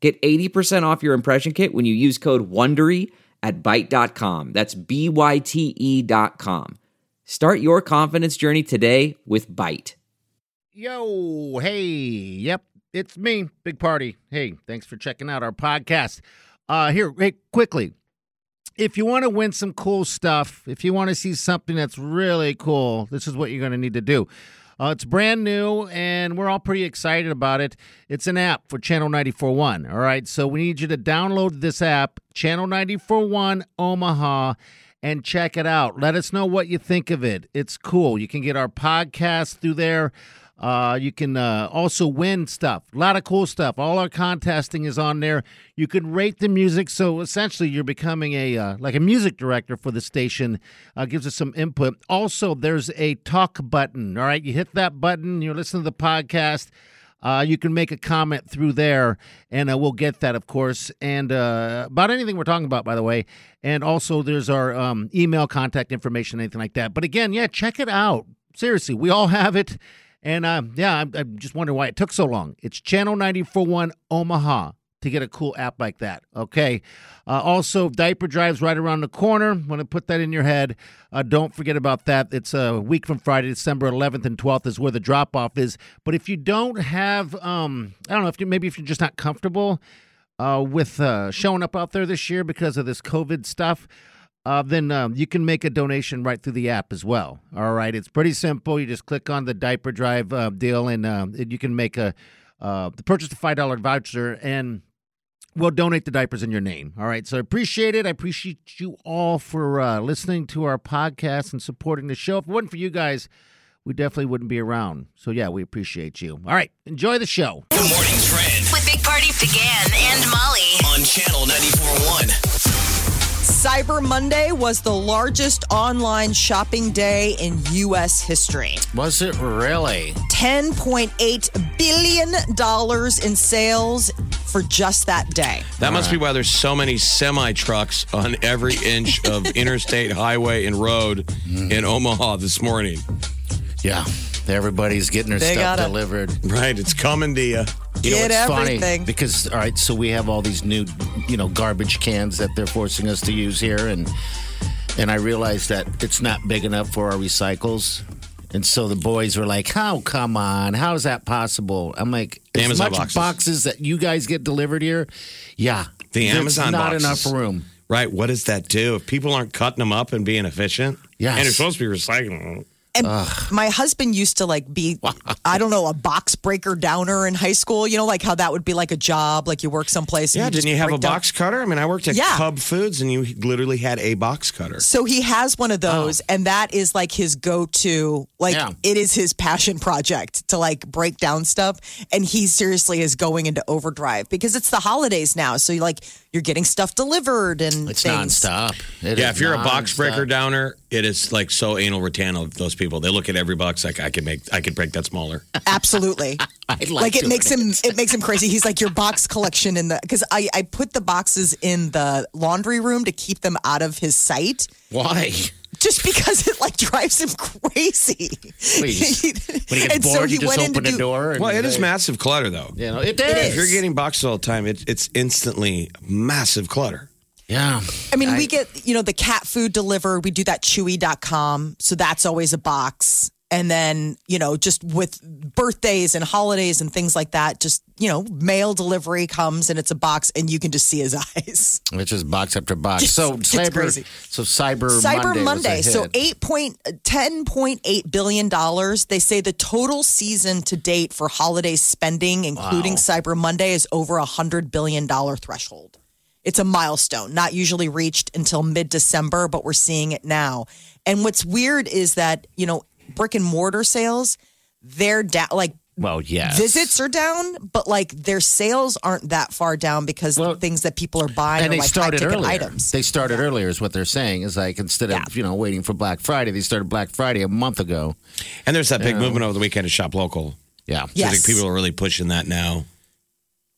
Get 80% off your impression kit when you use code WONDERY at Byte.com. That's B-Y-T-E E dot com. Start your confidence journey today with Byte. Yo, hey, yep, it's me, Big Party. Hey, thanks for checking out our podcast. Uh here, hey, quickly. If you want to win some cool stuff, if you want to see something that's really cool, this is what you're going to need to do. Uh, it's brand new, and we're all pretty excited about it. It's an app for Channel 94.1. All right, so we need you to download this app, Channel 94.1 Omaha, and check it out. Let us know what you think of it. It's cool. You can get our podcast through there. Uh, you can uh, also win stuff, a lot of cool stuff. All our contesting is on there. You can rate the music, so essentially you're becoming a uh, like a music director for the station. Uh, gives us some input. Also, there's a talk button. All right, you hit that button. You're listening to the podcast. Uh, you can make a comment through there, and uh, we'll get that, of course. And uh, about anything we're talking about, by the way. And also, there's our um, email contact information, anything like that. But again, yeah, check it out. Seriously, we all have it. And um, yeah, I, I just wonder why it took so long. It's Channel 941 Omaha to get a cool app like that. Okay. Uh, also, diaper drives right around the corner. Want to put that in your head? Uh, don't forget about that. It's a week from Friday, December 11th and 12th is where the drop off is. But if you don't have, um, I don't know if you maybe if you're just not comfortable uh, with uh, showing up out there this year because of this COVID stuff. Uh, then um, you can make a donation right through the app as well. All right, it's pretty simple. You just click on the diaper drive uh, deal, and um, and you can make a uh, purchase a five dollar voucher, and we'll donate the diapers in your name. All right, so I appreciate it. I appreciate you all for uh, listening to our podcast and supporting the show. If it wasn't for you guys, we definitely wouldn't be around. So yeah, we appreciate you. All right, enjoy the show. The morning trend with Big Party began and Molly. on channel 94.1. Cyber Monday was the largest online shopping day in U.S. history. Was it really? $10.8 billion in sales for just that day. That must be why there's so many semi trucks on every inch of interstate highway and road in Omaha this morning. Mm-hmm. Yeah, everybody's getting their They stuff gotta- delivered. Right, it's coming to you. You know, Get it's everything. funny because all right, so we have all these new, you know, garbage cans that they're forcing us to use here, and and I realized that it's not big enough for our recycles, and so the boys were like, "How come on? How is that possible?" I'm like, "As Amazon much boxes. boxes. that you guys get delivered here, yeah, The there's Amazon not boxes. enough room." Right, what does that do? If people aren't cutting them up and being efficient, Yes. and it's supposed to be recycling. And my husband used to like be, I don't know, a box breaker downer in high school. You know, like how that would be like a job, like you work someplace. and Yeah, didn't you just have a break down- box cutter? I mean, I worked at Yeah. Cub Foods and you literally had a box cutter. So he has one of those, and that is like his go to. Like, Yeah. it is his passion project to like break down stuff. And he seriously is going into overdrive because it's the holidays now. So, you like, you're getting stuff delivered and It's things. nonstop. It Yeah, is if you're a box nonstop. breaker downer, it is like so anal retanal of those people. They look at every box like I could make, I could break that smaller. Absolutely. I like it doing makes him it makes him crazy he's like your box collection in the because I, I put the boxes in the laundry room to keep them out of his sight Why? just because it like drives him crazy Please. When you get And bored, so he you just went in open to the do- door. And Well, it is they- massive clutter though. You know, it If you're is. getting boxes all the time, it, it's instantly massive clutter. Yeah. I mean, we get, you know, the cat food delivered. We do that chewy.com. So that's always a box. And then, you know, just with birthdays and holidays and things like that, just, you know, mail delivery comes and it's a box and you can just see his eyes. It's just box after box. It's- so it's cyber, crazy. so cyber Cyber Monday. was a Monday. So hit. eight point ten point eight billion dollars. They say the total season to date for holiday spending, including Cyber Monday, is over a hundred billion dollar threshold. It's a milestone, not usually reached until mid December, but we're seeing it now. And what's weird is that you know brick and mortar sales, they're da- like Well, yes. Visits are down, but like their sales aren't that far down because Well, the things that people are buying and are they like high started ticket earlier. items. They started earlier, is what they're saying. Is like instead Yeah. of you know waiting for Black Friday, they started Black Friday a month ago. And there's that big movement over the weekend to shop local. Yeah, So I Yes. think people are really pushing that now.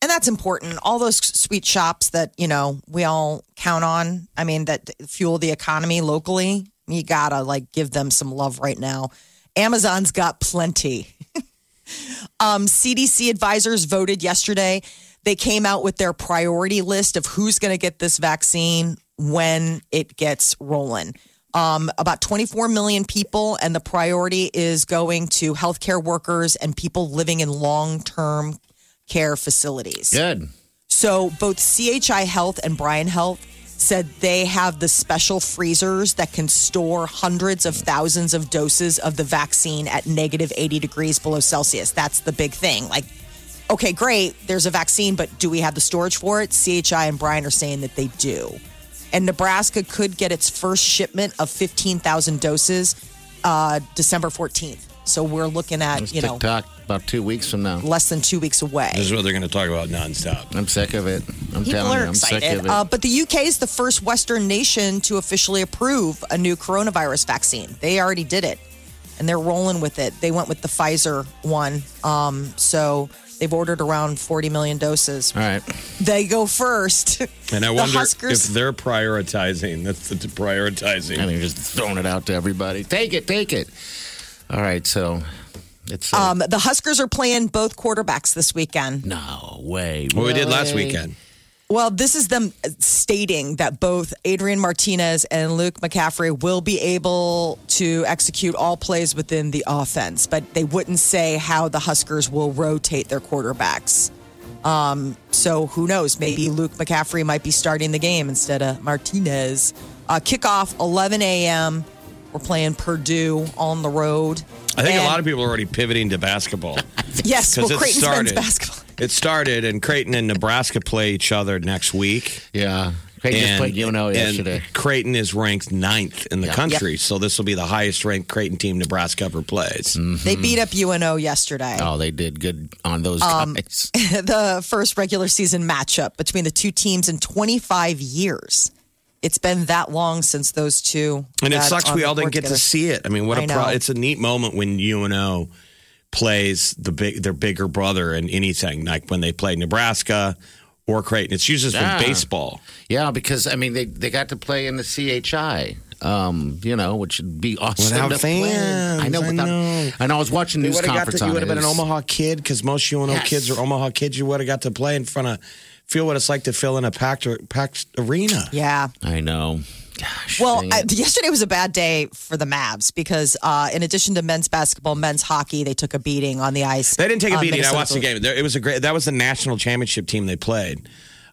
and that's important. All those sweet shops that you know we all count on. I mean, that fuel the economy locally. You gotta like give them some love right now. Amazon's got plenty. um, CDC advisors voted yesterday. They came out with their priority list of who's going to get this vaccine when it gets rolling. Um, about 24 million people, and the priority is going to healthcare workers and people living in long term care facilities. good. So both CHI Health and Brian Health said they have the special freezers that can store hundreds of thousands of doses of the vaccine at negative 80 degrees below Celsius. That's the big thing. Like, okay, great, there's a vaccine, but do we have the storage for it? CHI and Brian are saying that they do. And Nebraska could get its first shipment of 15,000 doses uh, December 14th. So we're looking at, It's you know, TikTok about two weeks from now. less than two weeks away. This is what they're going to talk about nonstop. I'm sick of it. I'm People telling are you, I'm sick of excited. it. Uh, but the UK is the first Western nation to officially approve a new coronavirus vaccine. They already did it and they're rolling with it. They went with the Pfizer one. Um, so they've ordered around 40 million doses. All right. They go first. And I The wonder Huskers- if they're prioritizing. That's the prioritizing. I mean, just throwing it out to everybody. Take it, take it. All right, so it's uh, um, the Huskers are playing both quarterbacks this weekend. no way. what we did last Really? weekend. Well, this is them stating that both Adrian Martinez and Luke McCaffrey will be able to execute all plays within the offense, but they wouldn't say how the Huskers will rotate their quarterbacks. Um, so who knows? Maybe Luke McCaffrey might be starting the game instead of Martinez. Uh, kickoff 11 a.m. We're playing Purdue on the road. I think a And- lot of people are already pivoting to basketball. yes, well, because it Creighton's men's started. basketball. It started, and Creighton and Nebraska play each other next week. Yeah. They just and, played UNO and yesterday. Creighton is ranked ninth in the Yeah. country, so this will be the highest ranked Creighton team Nebraska ever plays. They beat up Um, UNO yesterday. Mm-hmm. Oh, they did good on those guys. the first regular season matchup between the two teams in 25 years. It's been that long since those two. And it got sucks uh, on we the all didn't board get to together. see it. I mean, what a I pro- know. it's a neat moment when UNO plays the big their bigger brother in anything, like when they play Nebraska or Creighton. It's usually Yeah. from baseball. Yeah, because I mean they they got to play in the CHI. Um, you know, which would be awesome. Without to play. fans, I know. I Without, know. I know. I was watching news conference on you would it. have been an It's- Omaha kid because most UNO Yes. kids are Omaha kids. You would have got to play in front of feel what it's like to fill in a packed packed arena. Yeah. I know. Gosh. Well, dang I, it. yesterday was a bad day for the Mavs because, uh, in addition to men's basketball, men's hockey, they took a beating on the ice. They didn't take a Uh, beating. I Minnesota watched the Blue- game. There- It was a great. That was the national championship team they played.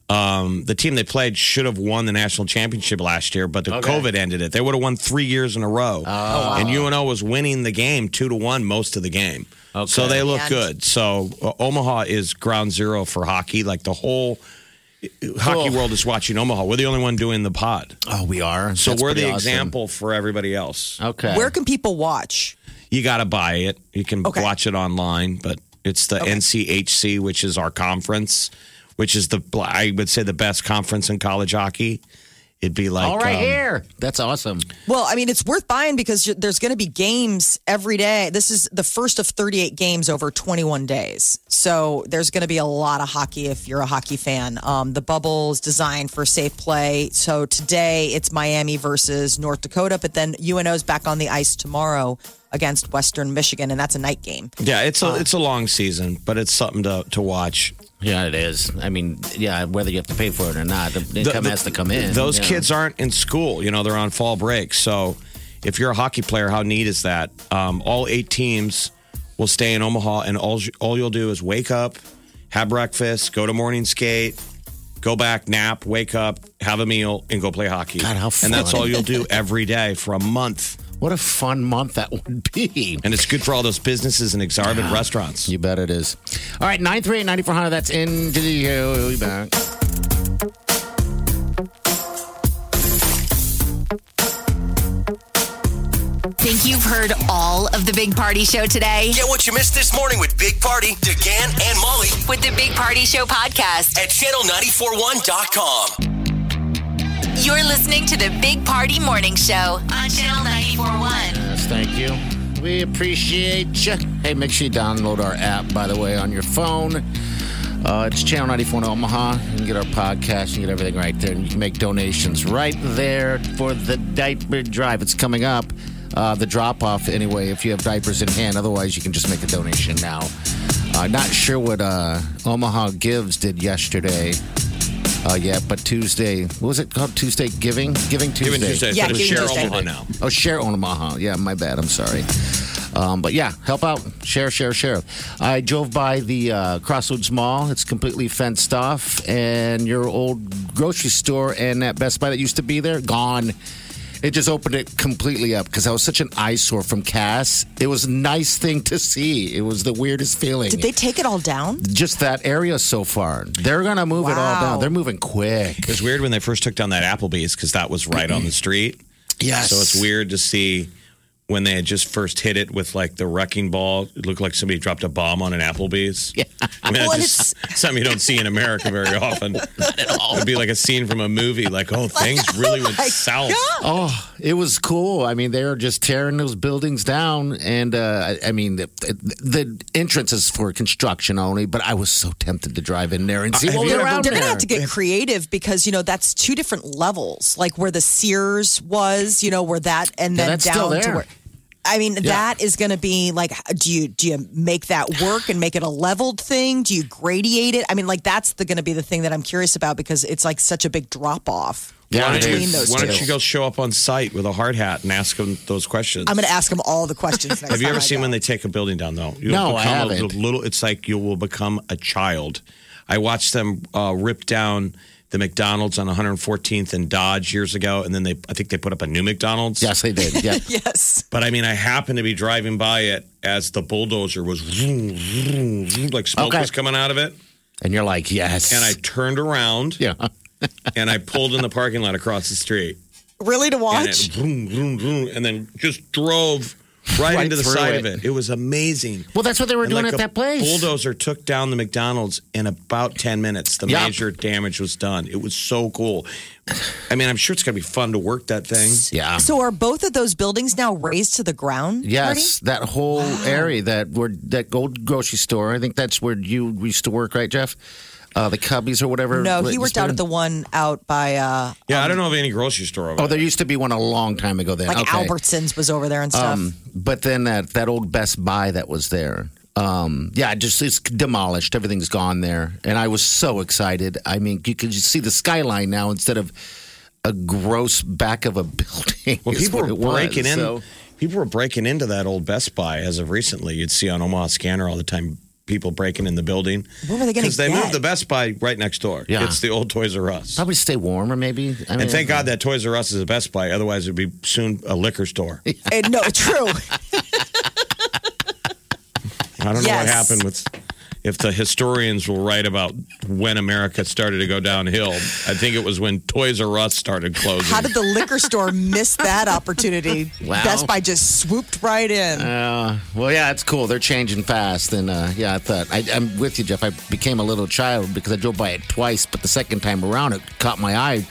Um, the team they played should have won the national championship last year, but the COVID ended it. They would have won three years in a row, Oh, and UNO was winning the game two to one most of the game. So they look Yeah. good. So uh, Omaha is ground zero for hockey. Like the whole uh, hockey Cool. world is watching Omaha. We're the only one doing the pod, oh, we are. so That's we're the pretty awesome. example for everybody else. Okay. Where can people watch? You got to buy it. You can Okay. watch it online, but it's the NCHC, which is our conference, which is the I would say the best conference in college hockey. It'd be like All right, um, here. That's awesome. Well, I mean, it's worth buying because you- there's going to be games every day. This is the first of 38 games over 21 days. So there's going to be a lot of hockey if you're a hockey fan. Um, the bubble is designed for safe play. So today it's Miami versus North Dakota, but then UNO's back on the ice tomorrow against Western Michigan, and that's a night game. Yeah, it's a it's a long season, but it's something to to watch. Yeah, it is. I mean, yeah, whether you have to pay for it or not, the The- income the- has to come in. Those you know. kids aren't in school. You know, they're on fall break. So if you're a hockey player, how neat is that? Um, all eight teams will stay in Omaha, and all, all you'll do is wake up, have breakfast, go to morning skate, go back, nap, wake up, have a meal, and go play hockey. God, how And that's fun. all you'll do every day for a month. What a fun month that would be. And it's good for all those businesses and exorbitant restaurants. You bet it is. All right, 938 9400. That's into the show. We'll be back. Thank you for heard all of the Big Party Show today Get what you missed this morning with Big Party, DeGan, and Molly with the Big Party Show podcast. at channel941.com. You're listening to the Big Party Morning Show on Channel 941. Yes, thank you. We appreciate you. Hey, make sure you download our app, by the way, on your phone. Uh, it's Channel 94 in Omaha. You can get our podcast, you can get everything right there, and you can make donations right there for the diaper drive. It's coming up, uh, the drop off, anyway, if you have diapers in hand. Otherwise, you can just make a donation now. Uh, not sure what uh, Omaha Gives did yesterday uh, yet, but Tuesday, what was it called? Tuesday Giving? Giving Tuesday. Giving Tuesday. Yeah, so Giving share Tuesday. Omaha now. Oh, share Omaha. Yeah, my bad. I'm sorry. Um, but yeah, help out. Share, share, share. I drove by the uh, Crossroads Mall. It's completely fenced off, and your old grocery store and that Best Buy that used to be there gone. It just opened it completely up because I was such an eyesore from Cass. It was a nice thing to see. It was the weirdest feeling. Did they take it all down? just that area so far? They're gonna move it all Wow. down. They're moving quick. It was weird when they first took down that Applebee's because that was right on the street. Yes. So it's weird to see when they had just first hit it with like the wrecking ball. It looked like somebody dropped a bomb on an Applebee's. Yeah. I mean, Well, that's just something you don't see in America very often. Not at all. It'd be like a scene from a movie, like, oh, things really went south. Oh, it was cool. I mean, they were just tearing those buildings down, and uh, I, I mean, the, the entrance is for construction only. But I was so tempted to drive in there and see Uh, what have was you They're, ever- around they're there. gonna have to get creative because you know that's two different levels, like where the Sears was, you know, where that, and Yeah, then that's down still to there. where. I mean, that is going to be like, do you do you make that work and make it a leveled thing? Do you gradiate it? I mean, like that's the going to be the thing that I'm curious about because it's like such a big drop off Yeah, it between is. those Why two. don't you go show up on site with a hard hat and ask them those questions? I'm going to ask them all the questions. Next Have you time ever I seen go. when they take a building down though? You'll No, I become a haven't. little, it's like you will become a child. I watched them uh, rip down the McDonald's on 114th and Dodge years ago, and then they I think they put up a new McDonald's. Yes, they did. Yeah. Yes. But I mean, I happened to be driving by it as the bulldozer was vroom, vroom, vroom, like smoke Okay. was coming out of it, and you're like, yes. and I turned around yeah, and I pulled in the parking lot across the street, Really to and watch? it vroom, vroom, vroom, and then just drove right, Right into the through side it. of it. It was amazing. well, that's what they were And doing like at a that place. Bulldozer took down the McDonald's in about 10 minutes. The Yup. major damage was done. It was so cool. I mean, I'm sure it's going to be fun to work that thing. Yeah. So are both of those buildings now raised to the ground? Yes, that whole area that where that old grocery store. I think that's where you used to work, right, Jeff? Uh, the Cubbies or whatever. Marty? No, he worked out at the one out by uh, Yeah, I don't know of any grocery store over Oh, there. there used to be one a long time ago. Then like okay. Um, Albertsons was over there and stuff. But then that that old Best Buy that was there. Um, yeah, it just it's demolished. Everything's gone there, and I was so excited. I mean, you could just see the skyline now instead of a gross back of a building. Well, is people what were it was, breaking in. so- People were breaking into that old Best Buy as of recently. You'd see on Omaha Scanner all the time people breaking in the building. What were they gonna Because they get? moved the Best Buy right next door. Yeah. It's the old Toys R Us. Probably stay warmer, maybe. I mean, And thank God that Toys R Us is a Best Buy. Otherwise, it'd be soon a liquor store. I And no, true. don't know what Yes. happened with if the historians will write about when America started to go downhill. I think it was when Toys R Us started closing. How did the liquor store miss that opportunity? Wow. Best Buy just swooped right in. Uh, well, yeah, it's cool. They're changing fast, and uh, yeah, I thought I, I'm with you, Jeff. I became a little child because I drove by it twice, but the second time around, it caught my eye.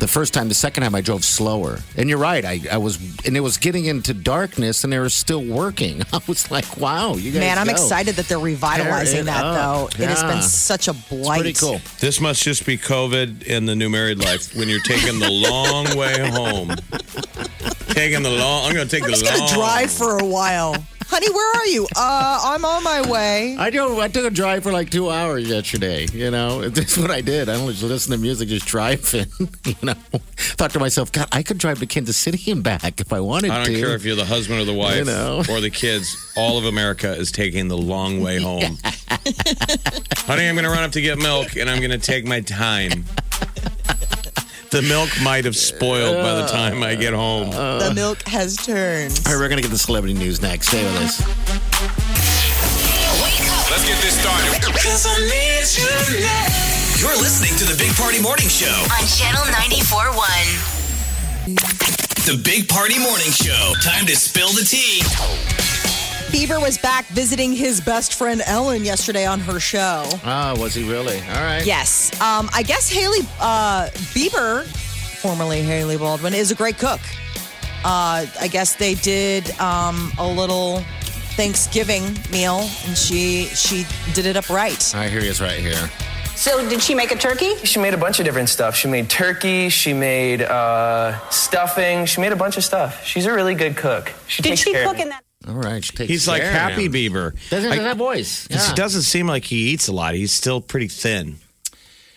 The first time, the second time, I drove slower. And you're right, I, I was, and it was getting into darkness, and they were still working. I was like, wow, you guys. Man, I'm go. excited that they're revitalizing Tear it that, up. though. It has been Yeah. such a blight. Pretty cool. This must just be COVID and the new married life when you're taking the long way home. Taking the long. I'm going to take I'm the just long. going to drive for a while. Honey, where are you? Uh, I'm on my way. I do. I took a drive for like two hours yesterday. You know, that's what I did. I only just listen to music, just driving. You know, thought to myself, God, I could drive to Kansas City and back if I wanted I to. don't care if you're the husband or the wife You know. or the kids. All of America is taking the long way home. Honey, I'm going to run up to get milk and I'm going to take my time. The milk might have spoiled by the time I get home. Uh, the milk has turned. All right, we're going to get the celebrity news next. Stay with us. Wake up Let's get this started. You're listening to the Big Party Morning Show. on Channel 941. The Big Party Morning Show. Time to spill the tea. Bieber was back visiting his best friend Ellen yesterday on her show. Ah, was he really? All right. Yes. Um, I guess Haley uh, Bieber, formerly Haley Baldwin, is a great cook. Uh, I guess they did um, a little Thanksgiving meal, and she she did it upright. I hear he is right here. So, did she make a turkey? She made a bunch of different stuff. She made turkey. She made uh, stuffing. She made a bunch of stuff. She's a really good cook. She Did takes she care cook of me. in that? All right. she takes He's like care of Happy him. Bieber. Doesn't have I- that voice? 'cause Yeah. He doesn't seem like he eats a lot. He's still pretty thin.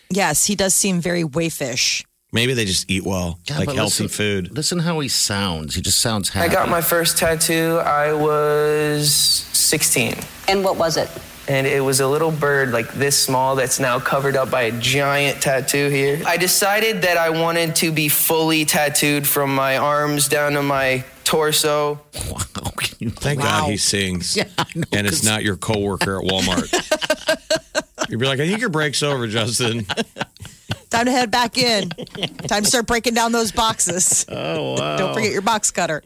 Yes, he does seem very wayfish. Maybe they just eat well, Yeah, like but healthy listen- food. Listen how he sounds. He just sounds I happy. got my first tattoo. I was 16, And what was it? and it was a little bird like this small that's now covered up by a giant tattoo here. I decided that I wanted to be fully tattooed from my arms down to my torso. Wow. Can you- Thank Wow. God he sings. Yeah, I know, and it's 'cause- not your coworker at Walmart. You'd be like, I think your break's over, Justin. Time to head back in. Time to start breaking down those boxes. Oh, wow. Don't forget your box cutter.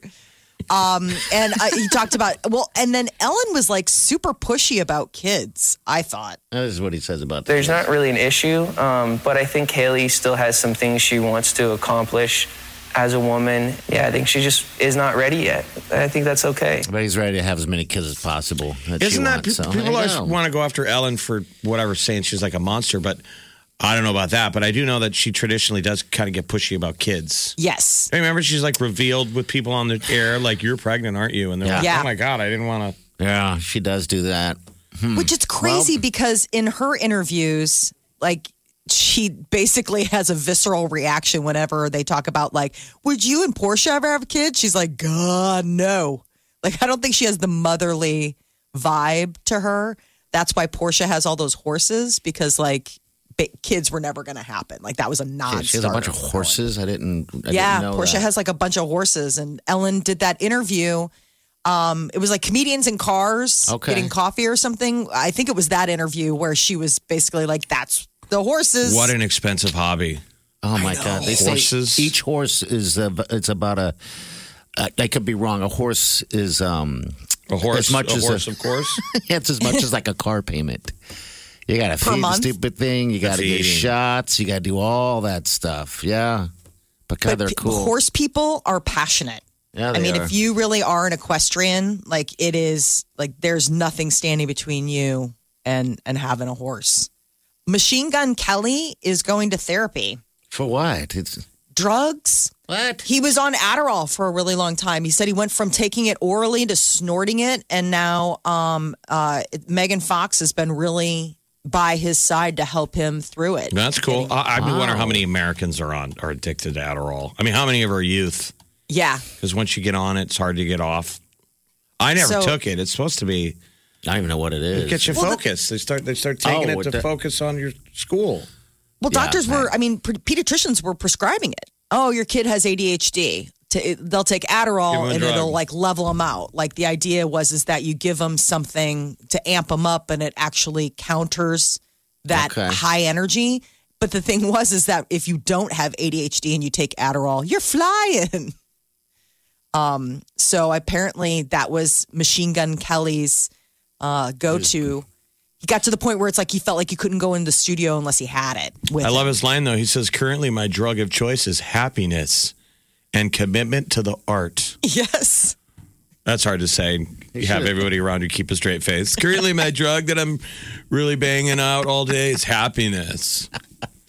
Um, and uh, he talked about, well, and then Ellen was like super pushy about kids, I thought. That is what he says about that. There's not really an issue, um, but I think Haley still has some things she wants to accomplish as a woman. Yeah, I think she just is not ready yet. I think that's okay. But he's ready to have as many kids as possible. That she Isn't that wants, so pe- people there you always go. want to go after Ellen for whatever, saying she's like a monster, but I don't know about that. But I do know that she traditionally does kind of get pushy about kids. Yes. I remember she's like revealed with people on the air, like, you're pregnant, aren't you? And they're like, Yeah. oh my God, I didn't want to. Yeah, she does do that. Hmm. Which is crazy because in her interviews, like she basically has a visceral reaction whenever they talk about like, would you and Portia ever have kids? She's like, God, no. Like I don't think she has the motherly vibe to her. That's why Portia has all those horses because like ba- kids were never going to happen. Like that was a non. She has a bunch of horses. I didn't. I Yeah, didn't know Portia that. has like a bunch of horses, and Ellen did that interview. Um, it was like comedians in cars Okay. getting coffee or something. I think it was that interview where she was basically like, "That's the horses." What an expensive hobby. Oh my god! They say Horses. each horse is a, it's about a. I, I could be wrong. A horse is um. A horse, As much a as a- horse, of course. It's as much as like a car payment. You gotta Per feed month? the stupid thing. You gotta get Feeding. shots. You gotta do all that stuff. Yeah, but God, but they're pe- cool. horse people are passionate. Yeah, I they mean, are. if you really are an equestrian, like it is, like there's nothing standing between you and and having a horse. Machine Gun Kelly is going to therapy. for what? It's Drugs. what? He was on Adderall for a really long time. He said he went from taking it orally to snorting it, and now um, uh, Megan Fox has been really by his side to help him through it. That's cool. I, I'd be wondering how many Americans are on are addicted to Adderall. I mean, how many of our youth? Yeah, Because once you get on it, it's hard to get off. I never So- took it. It's supposed to be I don't even know what it is. get you Well, the- focused. they start they start taking Oh, it to that- focus on your school. Well, Yeah, doctors were, I mean, pre- pediatricians were prescribing it. Oh, your kid has ADHD. To, it, they'll take Give 'em Adderall a and drug. it'll like level them out. Like the idea was is that you give them something to amp them up, and it actually counters that Okay. high energy. But the thing was is that if you don't have ADHD and you take Adderall, you're flying. Um, so apparently that was Machine Gun Kelly's uh, go to. He got to the point where it's like he felt like he couldn't go in the studio unless he had it. With I him. love his line though. He says, "Currently, my drug of choice is happiness and commitment to the art." Yes. That's hard to say. You have everybody around you keep a straight face. Currently, my drug that I'm really banging out all day is happiness.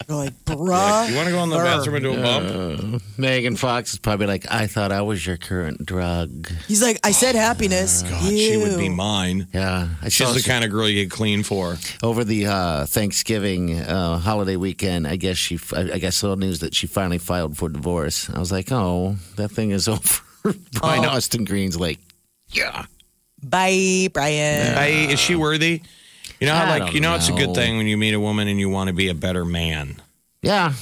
You're like, bruh. You want to go in the bathroom and do a bump? Uh, Megan Fox is probably like, I thought I was your current drug. He's like, I said happiness. Oh God, she would be Ew. mine. Yeah, I She's saw the kind of girl you get clean for. over the uh, Thanksgiving uh, holiday weekend. I guess she, I, I guess, saw news that she finally filed for divorce. I was like, oh, that thing is over. Brian Oh. Austin Green's like, yeah, Bye, Brian. I, is she worthy? You know, how, I like don't you know, it's a good know. thing when you meet a woman and you want to be a better man, yeah,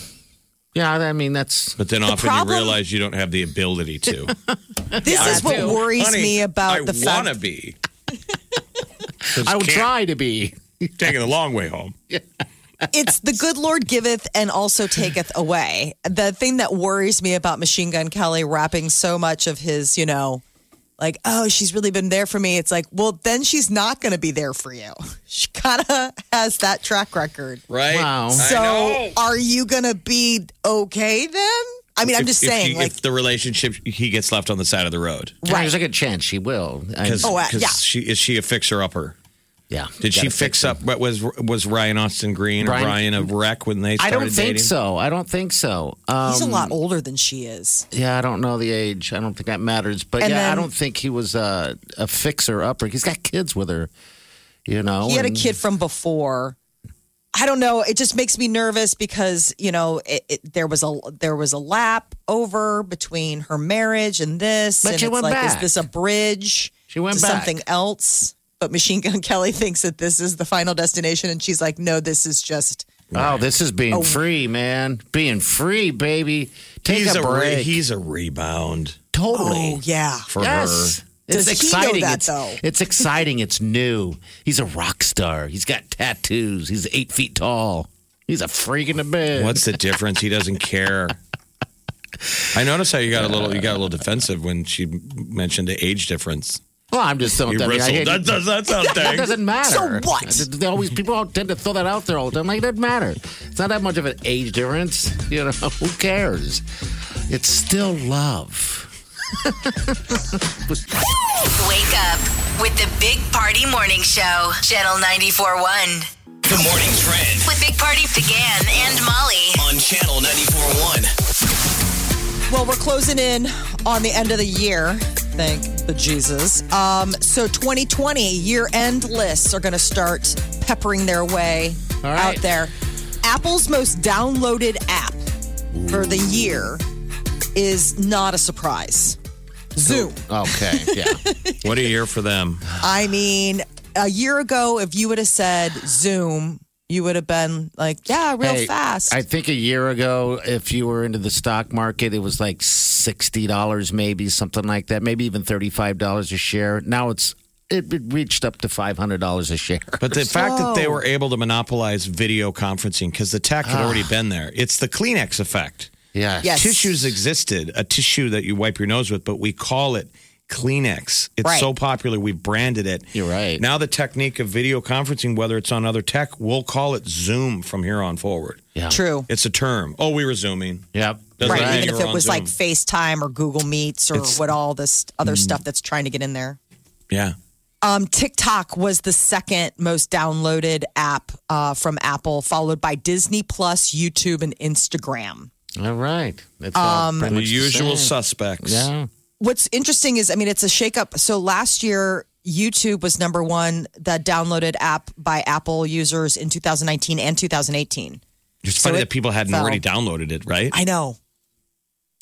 yeah. I mean, that's but then often problem- you realize you don't have the ability to. This is what worries Honey, me about I the fact. want to be. I would can't- try to be. taking the long way home. it's the good Lord giveth and also taketh away. The thing that worries me about Machine Gun Kelly wrapping so much of his, you know, like, oh, she's really been there for me. It's like, well, then she's not going to be there for you. She kind of has that track record. right? Wow. So are you going to be okay then? I mean, I'm If- just if saying, he- like, if the relationship, he gets left on the side of the road. Right. There's like a chance she will. I- Because Oh, uh, yeah. she is she a fixer upper? yeah. Did she Gotta fix up what was was Ryan Austin Green Brian- or Ryan of Wreck when they I started don't think dating? so. I don't think so. Um, he's a lot older than she is. Yeah, I don't know the age. I don't think that matters. But And yeah, I then- don't think he was uh, a fixer upper. He's got kids with her. You know, He had a and- kid from before. I don't know. It just makes me nervous because you know it, it, there was a there was a lap over between her marriage and this. But and she it's went like, Is back. this a bridge? She went to back. something else. But Machine Gun Kelly thinks that this is the final destination, and she's like, "No, this is just." Oh, this is being free, man. Being free, baby. Take He's a a, re- break. he's a rebound totally. Oh yeah, for yes. her. It's Does he know exciting. that, it's, though? it's exciting. It's new. He's a rock star. He's got tattoos. He's eight feet tall. He's a freak in the bed. What's the difference? He doesn't care. I noticed how you got a little you got a little defensive when she mentioned the age difference. Well, I'm just throwing You I mean, I bristled. hate- that does that's not That thing. doesn't matter. So what? They always people all tend to throw that out there all the time. Like it doesn't matter. It's not that much of an age difference. You know, who cares? It's still love. Wake up with the Big Party Morning Show, Channel 94.1. The morning trend With Big Party began and Molly. on channel 94.1. Well, we're closing in on the end of the year. Thank the Jesus. Um, so 2020 year end lists are going to start peppering their way All right. out there. Apple's most downloaded app for the year is not a surprise Zoom. Okay. Yeah. What a year for them. I mean, a year ago, if you would have said Zoom, you would have been like, yeah, real Hey, fast. I think a year ago, if you were into the stock market, it was like sixty dollars, maybe something like that, maybe even thirty-five dollars a share. Now it's it it reached up to five hundred dollars a share. But the fact that they So- were able to monopolize video conferencing because the tech had already been there. It's the Kleenex effect. Ah. Yes. Yes. Tissues existed, a tissue that you wipe your nose with, but we call it Kleenex. It's Right. so popular, we've branded it. You're right. Now, the technique of video conferencing, whether it's on other tech, we'll call it Zoom from here on forward. Yeah. True. It's a term. Oh, we were Zooming. Yep. Doesn't Right, mean even you if were it on was like Zoom. FaceTime or Google Meets or It's- what all this other stuff that's trying to get in there. Yeah. Um, TikTok was the second most downloaded app uh, from Apple, followed by Disney Plus, YouTube, and Instagram. All right. It's all Um, pretty The much usual same. suspects. Yeah. What's interesting is, I mean, it's a shakeup. So last year, YouTube was number one that downloaded app by Apple users in 2019 and 2018. It's So funny it that people hadn't fell. already downloaded it, right? I know.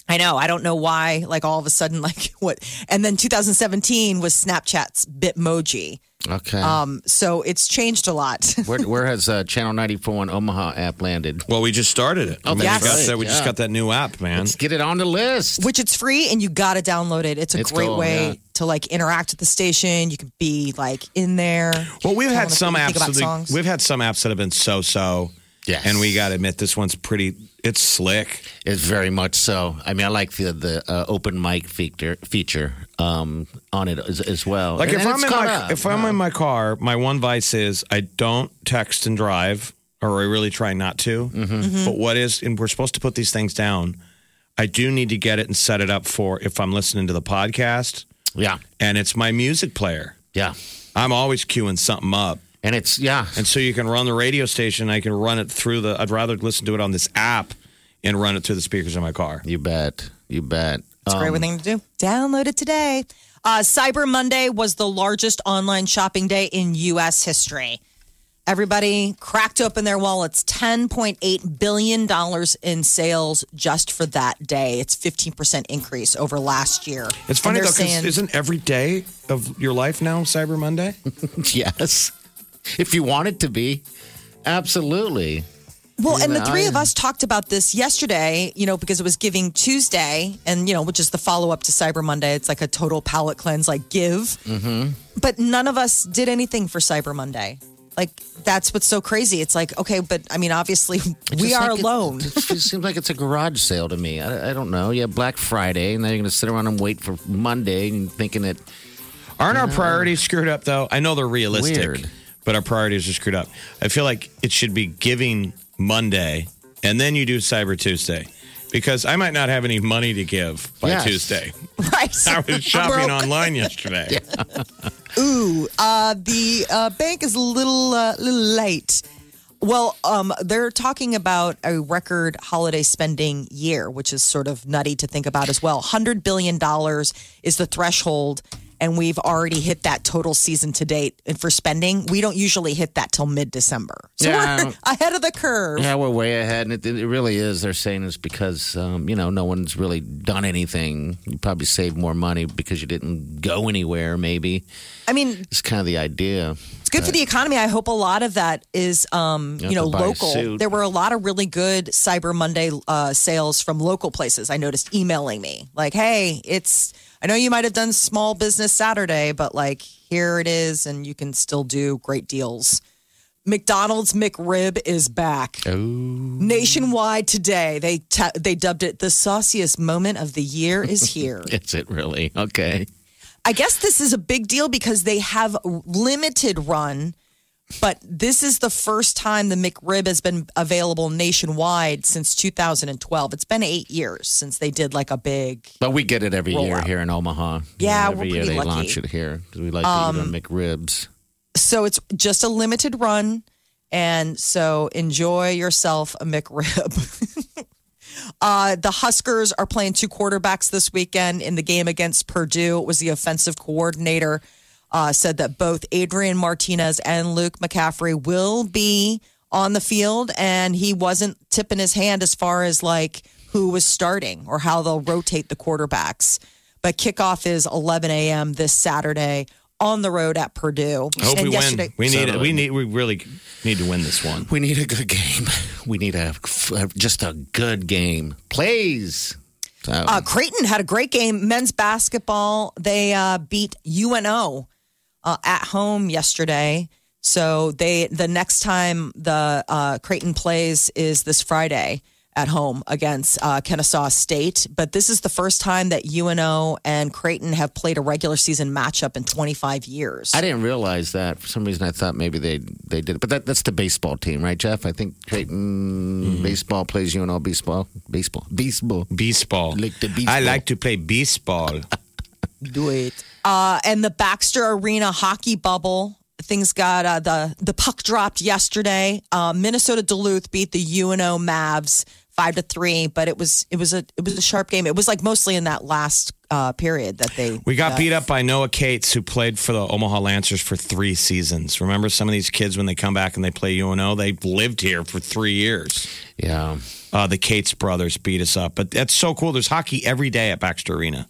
I know. I don't know why, like all of a sudden, like what? And then 2017 was Snapchat's Bitmoji. Okay. Um, so it's changed a lot. Where, where has uh, Channel 941 Omaha app landed? well, we just started it. I mean, Oh, that's we, got right. that, we just Yeah. got that new app, man. Let's get it on the list. Which it's free and you gotta download it. It's a It's great cool, way yeah. to like interact with the station. You can be like in there. Well, we've telling had us some what you apps. think That about songs. we've had some apps that have been so-so. Yes. and we got to admit this one's pretty. It's slick. It's very much so. I mean, I like the the uh, open mic feature feature um, on it as, as well. Like And- if and I'm it's in caught my up. Oh. if I'm in my car, my one vice is I don't text and drive, or I really try not to. Mm-hmm. Mm-hmm. But what is and we're supposed to put these things down. I do need to get it and set it up for if I'm listening to the podcast, yeah, and it's my music player. yeah, I'm always queuing something up. and it's yeah, And so you can run the radio station. I can run it through the. I'd rather listen to it on this app and run it through the speakers in my car. you bet, you bet. It's a Um, great thing to do. Download it today. Uh, Cyber Monday was the largest online shopping day in U.S. history. Everybody cracked open their wallets. $10.8 billion in sales just for that day. It's 15% increase over last year. It's funny And though, they're because saying- isn't every day of your life now Cyber Monday? yes, if you want it to be, absolutely. Well, and the Yeah, three I- of us talked about this yesterday, you know, because it was Giving Tuesday and, you know, which is the follow up to Cyber Monday. It's like a total palate cleanse, like give. Mm-hmm. But none of us did anything for Cyber Monday. Like that's what's so crazy. It's like okay, but I mean, obviously It's we just are like it- alone. It, just seems like it's a garage sale to me. I, I don't know. Yeah, Black Friday, and then you're going to sit around and wait for Monday and thinking that Aren't our priorities screwed up though? I know they're realistic, Weird. but our priorities are screwed up. I feel like it should be giving Monday and then you do Cyber Tuesday because I might not have any money to give by Yes. Tuesday. right. I was shopping Broke. online yesterday. Ooh, uh, the uh, bank is a little, uh, little late. Well, um, they're talking about a record holiday spending year, which is sort of nutty to think about as well. $100 billion is the threshold, and we've already hit that total season to date. And for spending, we don't usually hit that till mid December. So Yeah, I we're don't- ahead of the curve. Yeah, we're way ahead, and it, it really is. They're saying it's because um, you know no one's really done anything. You probably saved more money because you didn't go anywhere. Maybe I mean, it's kind of the idea. It's good for the economy. I hope a lot of that is, um, you, have know, to buy a local. suit. There were a lot of really good Cyber Monday uh, sales from local places. I noticed emailing me like, "Hey, it's I know you might have done small business Saturday, but like here it is, and you can still do great deals." McDonald's McRib is back Oh. nationwide today. They ta they dubbed it the sauciest moment of the year is here. It's it really okay. I guess this is a big deal because they have limited run, but this is the first time the McRib has been available nationwide since 2012. It's been eight years since they did like a big. But we get it every Roll year out. here in Omaha. Yeah, every we're year pretty they lucky. Um, launch it here 'cause we like to eat our McRibs. So it's just a limited run, and so enjoy yourself a McRib. Uh, the Huskers are playing two quarterbacks this weekend in the game against Purdue. It was the offensive coordinator uh, said that both Adrian Martinez and Luke McCaffrey will be on the field, and he wasn't tipping his hand as far as like who was starting or how they'll rotate the quarterbacks. But kickoff is 11 a.m. this Saturday on the road at Purdue. I hope and we yesterday, win. We need it. We need. We really need to win this one. We need a good game. We need a just a good game. Plays. So, Uh, Creighton had a great game. Men's basketball, they uh, beat UNO uh, at home yesterday. So they the next time the uh, Creighton plays is this Friday at home against uh, Kennesaw State. But this is the first time that UNO and Creighton have played a regular season matchup in 25 years. I didn't realize that. For some reason, I thought maybe they they did it. But that, that's the baseball team, right, Jeff? I think Mm-hmm. Creighton baseball plays UNL baseball. Baseball. Baseball. Baseball. Like the I baseball. like to play baseball. do it. Uh, and the Baxter Arena hockey bubble. Things got uh, the the puck dropped yesterday. Uh, Minnesota Duluth beat the UNO Mavs five to three, but it was it was a it was a sharp game. It was like mostly in that last uh, period that they uh, We got that- beat up by Noah Cates, who played for the Omaha Lancers for three seasons. Remember, some of these kids when they come back and they play UNO, they lived here for three years. Yeah. Uh, the Cates brothers beat us up, but that's so cool. There's hockey every day at Baxter Arena.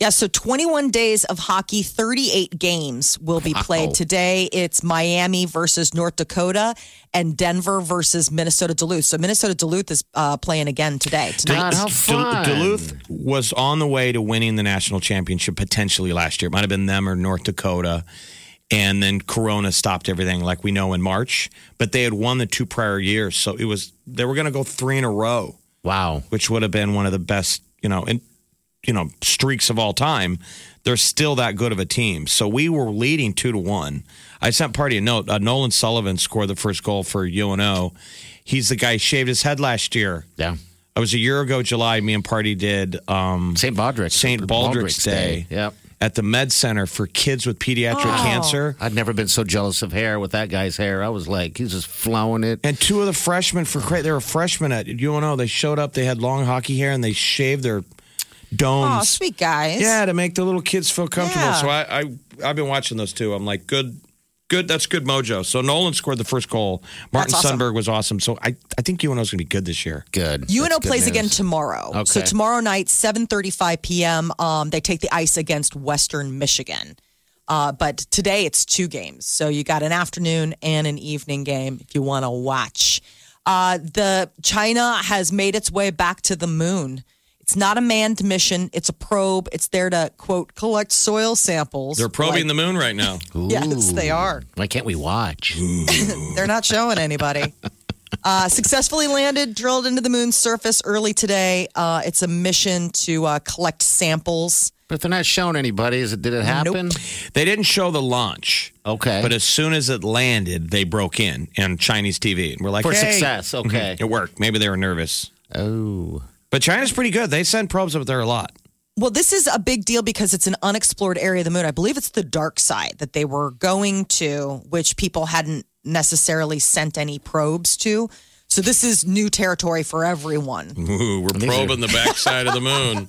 Yeah, so 21 days of hockey, 38 games will be played today. It's Miami versus North Dakota and Denver versus Minnesota Duluth. So Minnesota Duluth is uh, playing again today. Tonight. God, how Dul- fun. Duluth was on the way to winning the national championship potentially last year. It might have been them or North Dakota. And then Corona stopped everything, like we know in March. But they had won the two prior years, so it was they were going to go three in a row. Wow. which would have been one of the best, you know, and you know, streaks of all time. They're still that good of a team. So we were leading two to one. I sent party a note. Uh, Nolan Sullivan scored the first goal for UNO. He's the guy who shaved his head last year. Yeah. It was a year ago, July. Me and Party did um, St. Baldrick's. St. Baldrick's Day, Yep. at the Med Center for kids with pediatric Oh. cancer. I'd never been so jealous of hair with that guy's hair. I was like, he's just flowing it. And two of the freshmen for Creighton, they were freshmen at UNO. They showed up. They had long hockey hair and they shaved their domes. Oh, sweet guys. Yeah, to make the little kids feel comfortable. Yeah. So I, I I've been watching those two. I'm like, good, good. That's good mojo. So Nolan scored the first goal. Martin That's awesome. Sundberg was awesome. So I I think UNO's going to be good this year. Good. UNO That's good plays again news. tomorrow. So Okay. tomorrow night, 7.35 p.m., um, they take the ice against Western Michigan. Uh, but today it's two games. So you got an afternoon and an evening game if you want to watch. Uh, the China has made its way back to the moon. It's not a manned mission. It's a probe. It's there to quote collect soil samples. They're probing the moon right now. Yes, they are. Why can't we watch? They're not showing anybody. Uh, successfully landed, drilled into the moon's surface early today. Uh, it's a mission to uh, collect samples. But if they're not showing anybody, is it did it happen? They didn't show the launch. Okay. But as soon as it landed, they broke in on Chinese TV. And we're like, For "Hey." Mhm. success, okay. It worked. Maybe they were nervous. Oh. But China's pretty good. They send probes up there a lot. Well, this is a big deal because it's an unexplored area of the moon. I believe it's the dark side that they were going to, which people hadn't necessarily sent any probes to. So this is new territory for everyone. Ooh, we're are- probing the backside of the moon.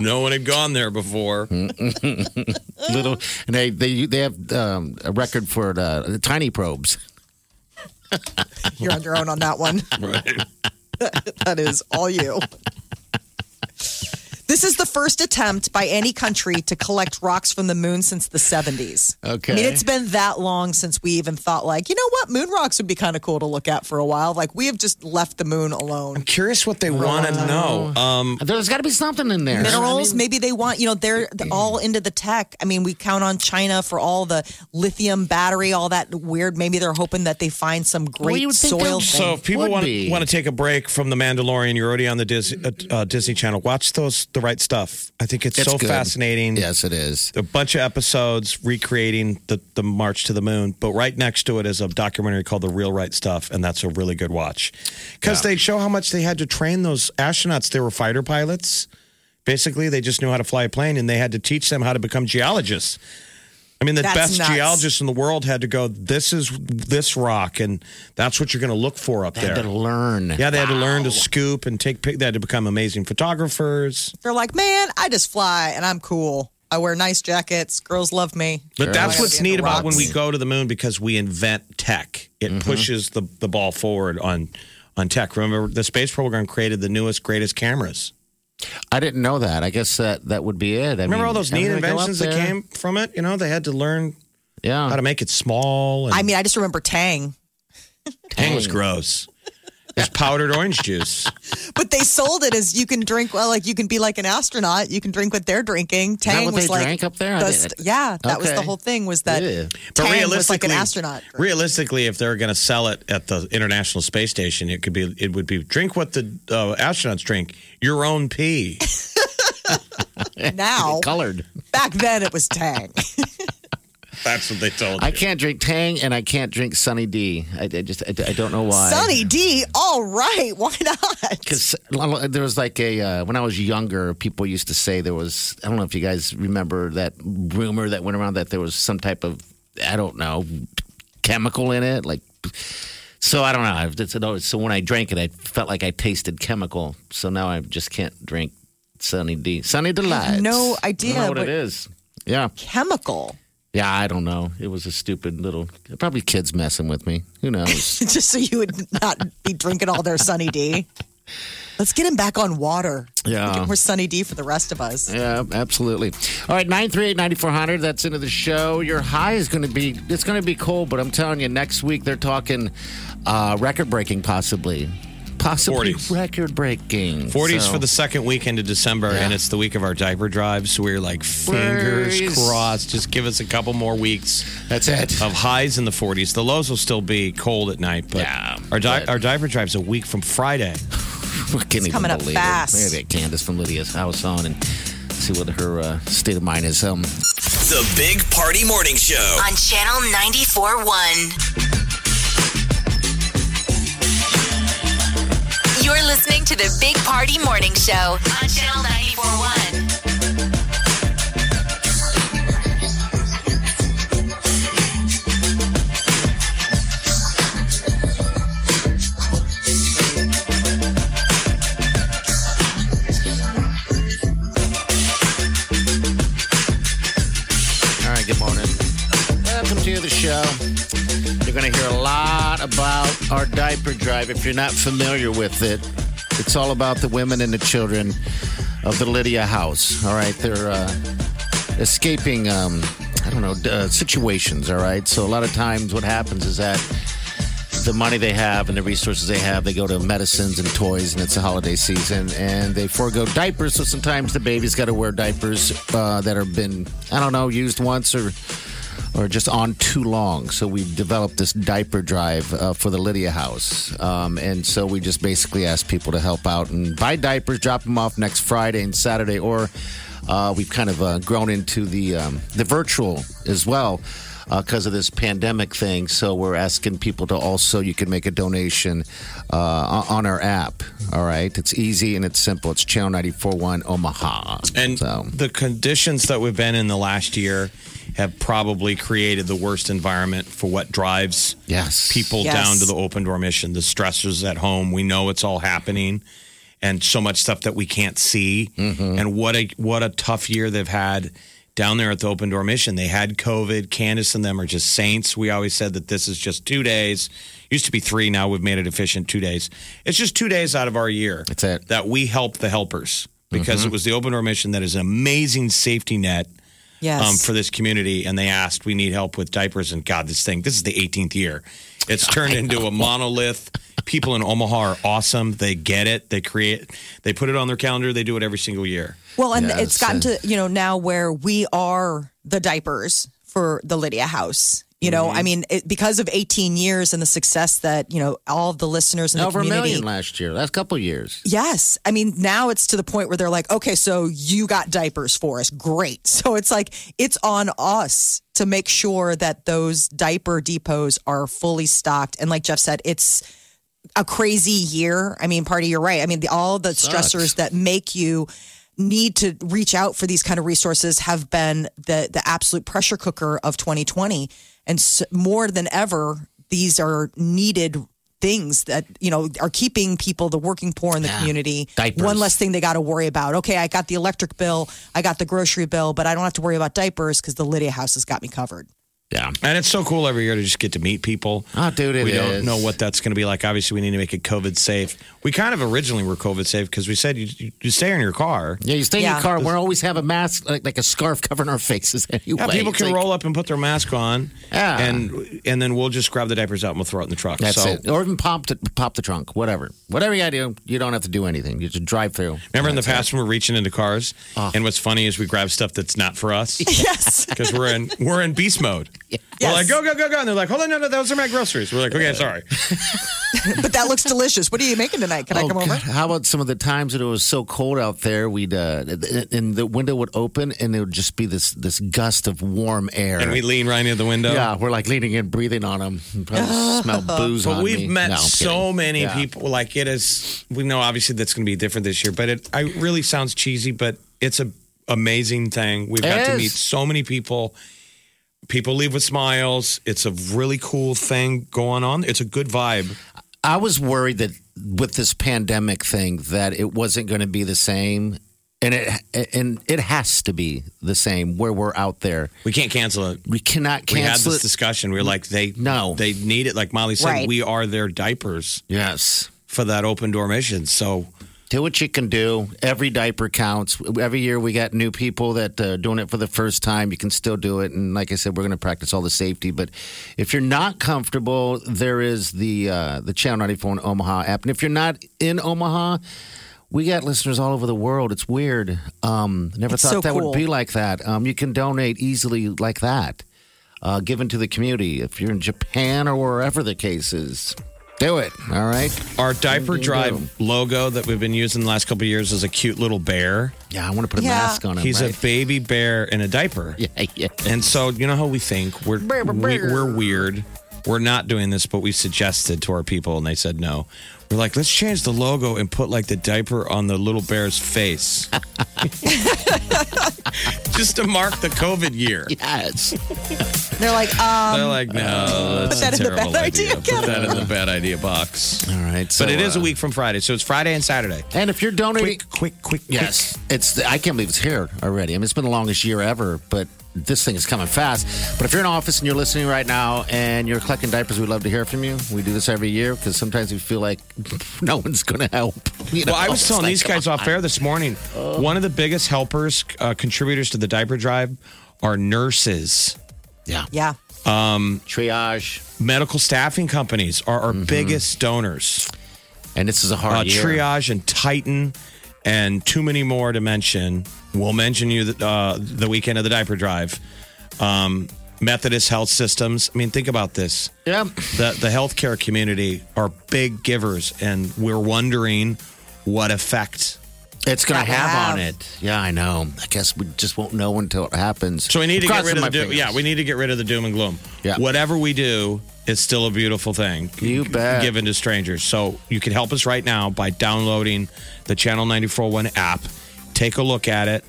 No one had gone there before. Little and they they they have um, a record for the, the tiny probes. You're on your own on that one. Right. that is all you. This is the first attempt by any country to collect rocks from the moon since the 70s. Okay. I mean, it's been that long since we even thought, like, you know what? Moon rocks would be kind of cool to look at for a while. Like, we have just left the moon alone. Curious what they want to know. Um, There's got to be something in there. Minerals, maybe they want, you know, they're all into the tech. I mean, we count on China for all the lithium battery, all that weird. Maybe they're hoping that they find some Well, great you would think soil. they'll- thing. so if people Would want be. want to take a break from the Mandalorian, you're already on the Disney, uh, uh, Disney Channel. Watch those, the right stuff. I think it's, It's so good. fascinating. Yes, it is. a bunch of episodes recreating the, the march to the moon but right next to it is a documentary called the real right stuff and that's a really good watch because they show how much they had to train those astronauts they were fighter pilots basically they just knew how to fly a plane and they had to teach them how to become geologists i mean the That's best nuts. geologists in the world had to go this is this rock and that's what you're going to look for up They had there to learn. yeah they had to learn to scoop and take pic they had to become amazing photographers They're like, man, I just fly and I'm cool. I wear nice jackets. Girls love me. But Sure. that's Like what's being neat the about when rocks. we go to the moon because we invent tech. Mm-hmm. It pushes the, the ball forward on on tech. Remember, the space program created the newest, greatest cameras. I didn't know that. I guess that that would be it. I Remember mean, all those neat having to go up inventions that there? came from it? You know, they had to learn Yeah. how to make it small. And I mean, I just remember Tang. Tang was gross. It's powdered orange juice. But they sold it as you can drink, well, like you can be like an astronaut. You can drink what they're drinking. that Tang what was they like, drank up there? I the didn't- st- yeah, that was the Okay. whole thing was that Yeah. Tang was like an astronaut. Realistically, if they're going to sell it at the International Space Station, it could be it would be drink what the uh, astronauts drink, your own pee. Now, colored. back then it was Tang. That's what they told. I you. can't drink Tang and I can't drink Sunny D. I, I just I, I don't know why. Sunny D, all right, why not? Because there was like a uh, when I was younger, people used to say there was I don't know if you guys remember that rumor that went around that there was some type of I don't know chemical in it, like. So I don't know. I've- It's always, so when I drank it, I felt like I tasted chemical. So now I just can't drink Sunny D. Sunny Delights. no I don't know idea what what- it is. Yeah, Chemical. yeah. I don't know. It was a stupid little. Probably kids messing with me. Who knows? Just so you would not be drinking all their Sunny D. Let's get him back on water. Yeah. Get more Sunny D for the rest of us. Yeah, absolutely. All right, 938-9400, that's into the show. Your high is going to be, it's going to be cold, but I'm telling you, next week they're talking uh, record-breaking possibly. Possibly 40s. record-breaking. 40s So- for the second weekend of December, and it's the week of our diaper drive. So we're like, fingers Please. crossed. Just give us a couple more weeks That's it. of highs in the 40s. The lows will still be cold at night, but Yeah, our, di- but- our diaper drive's a week from Friday. Can't even coming up believe fast. It. Maybe Candace from Lydia's house on and see what her uh, state of mind is. Um, The Big Party Morning Show. On Channel 94.1. You're listening to the Big Party Morning Show on Channel 94.1. All right, good morning. Welcome to the show. You're going to hear a lot about our diaper drive if you're not familiar with it. It's all about the women and the children of the Lydia house. All right, they're uh, escaping, um, I don't know, uh, situations. All right, so a lot of times what happens is that the money they have and the resources they have, they go to medicines and toys, and it's a holiday season, and they forego diapers. So sometimes the baby's got to wear diapers uh, that have been, I don't know, used once or or just on too long. So we've developed this diaper drive uh, for the Lydia House, um, and so we just basically ask people to help out and buy diapers, drop them off next Friday and Saturday, or uh, we've kind of uh, grown into the um, the virtual as well because uh, of this pandemic thing. So we're asking people to also you can make a donation uh, on our app. All right, it's easy and it's simple. It's Channel 94.1 Omaha. And so, the conditions that we've been in the last year have probably created the worst environment for what drives yes, people Yes. down to the open door mission, the stressors at home. We know it's all happening and so much stuff that we can't see. Mm-hmm. And what a what a tough year they've had down there at the open door mission. They had COVID. Candace and them are just saints. We always said that this is just two days. Used to be three, now we've made it efficient two days. It's just two days out of our year That's it. Mm-hmm. that we help the helpers because it was the open door mission that is an amazing safety net Yes. um, for this community, and they asked, "We need help with diapers." And God, this thing, this is the 18th year. It's turned into a monolith. People in Omaha are awesome. They get it. They create. They put it on their calendar. They do it every single year. Well, and Yeah, it's it's, gotten uh, to, you know, now where we are the diapers for the Lydia house. You know, Mm-hmm. I mean, it, because of 18 years and the success that, you know, all of the listeners in the over a community. million last year, last couple years. Yes. I mean, now it's to the point where they're like, okay, so you got diapers for us. Great. So it's like, it's on us to make sure that those diaper depots are fully stocked. And like Jeff said, it's a crazy year. I mean, party, you're right. I mean, the, all the stressors that make you need to reach out for these kind of resources have been the, the absolute pressure cooker of 2020. And s more than ever, these are needed things that, you know, are keeping people, the working poor in the community, Diapers. one less thing they got to worry about. Okay, I got the electric bill, I got the grocery bill, but I don't have to worry about diapers because the Lydia house has got me covered. Yeah. And it's so cool every year to just get to meet people. Oh, dude, it we is. don't know what that's going to be like. Obviously, we need to make it COVID safe. We kind of originally were COVID safe because we said you, you, you stay in your car. Yeah, you stay in your Yeah. car. We always have a mask, like, like a scarf covering our faces anyway. Yeah, people It's can like- roll up and put their mask on, Yeah. and and then we'll just grab the diapers out and we'll throw it in the truck. That's so it. Or even pop the, pop the trunk, whatever. Whatever you got to do, you don't have to do anything. You just drive through. Ah. Remember in the past when we're reaching into cars, and what's funny is we grab stuff that's not for us Yes. because we're in we're in beast mode. We're like go go go go, and they're like, hold on, no no, those are my groceries. We're like, okay, sorry. but that looks delicious. What are you making tonight? Can I Oh, come over? God. How about some of the times that it was so cold out there? We'd uh, and the window would open, and there would just be this this gust of warm air. And we lean right near the window. yeah, we're like leaning in, breathing on them. Probably smell booze. But on we've me. met No, I'm so kidding. many Yeah. people. Like it is, we know obviously that's going to be different this year. But it, I really sounds cheesy, but it's a amazing thing. We've It got to is. meet so many people. People leave with smiles. It's a really cool thing going on. It's a good vibe. I was worried that with this pandemic thing that it wasn't going to be the same, and it and it has to be the same where we're out there. We can't cancel it. We cannot we had cancel this it. discussion. We were like, they No. they need it. Like Molly said, Right. we are their diapers yes. for that open door mission. So Do what you can do. Every diaper counts. Every year we got new people that uh, doing it for the first time. You can still do it, and like I said, we're going to practice all the safety. But if you're not comfortable, there is the uh, the Channel 94 in Omaha app, and if you're not in Omaha, we got listeners all over the world. It's weird. Um, never It's thought so that cool. would be like that. Um, you can donate easily like that, uh, given to the community. If you're in Japan or wherever the case is, do it. All right. our diaper Ding, ding, drive boom. logo that we've been using the last couple of years is a cute little bear. Yeah, I want to put a Yeah. mask on him. He's right? a baby bear in a diaper. yeah, yeah. And so you know how we think we're we, we're weird. We're not doing this, but we suggested to our people, and they said no. We're like, let's change the logo and put like the diaper on the little bear's face, just to mark the COVID year. Yes. They're like, um, They're like, no, that's that a in the terrible bad idea. idea Put that in the bad idea box. All right. So, but it is a uh, week from Friday, so it's Friday and Saturday. And if you're donating, Quick, quick, quick, yes, it's. I can't believe it's here already. I mean, it's been the longest year ever, but this thing is coming fast. But if you're in office and you're listening right now and you're collecting diapers, we'd love to hear from you. We do this every year because sometimes we feel like no one's going to help. You know, Well, I was it's telling like, these guys come off air this morning. One of the biggest helpers, uh, contributors to the diaper drive, are nurses. Yeah. yeah. triage. Um, Mm-hmm. Medical staffing companies are our biggest donors. And this is a hard Uh, year. Triage and Titan, and too many more to mention. We'll mention you the, uh, the weekend of the diaper drive. Um, Methodist Health Systems. I mean, think about this. Yeah. the the healthcare community are big givers, and we're wondering what effect. It's going to Gotta have, on have. it. Yeah, I know. I guess we just won't know until it happens. So we need to get Crossing rid of my the doom. fingers. Yeah, we need to get rid of the doom and gloom. Yeah. Whatever we do is still a beautiful thing. You bet. Given to strangers. So you can help us right now by downloading the Channel 941 app. Take a look at it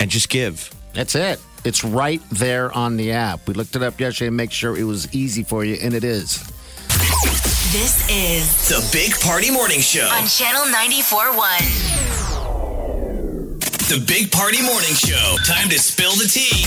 and just give. That's it. It's right there on the app. We looked it up yesterday and make sure it was easy for you, and it is. This is The Big Party Morning Show. Oh. on Channel 94.1. The Big Party Morning Show. Time to spill the tea.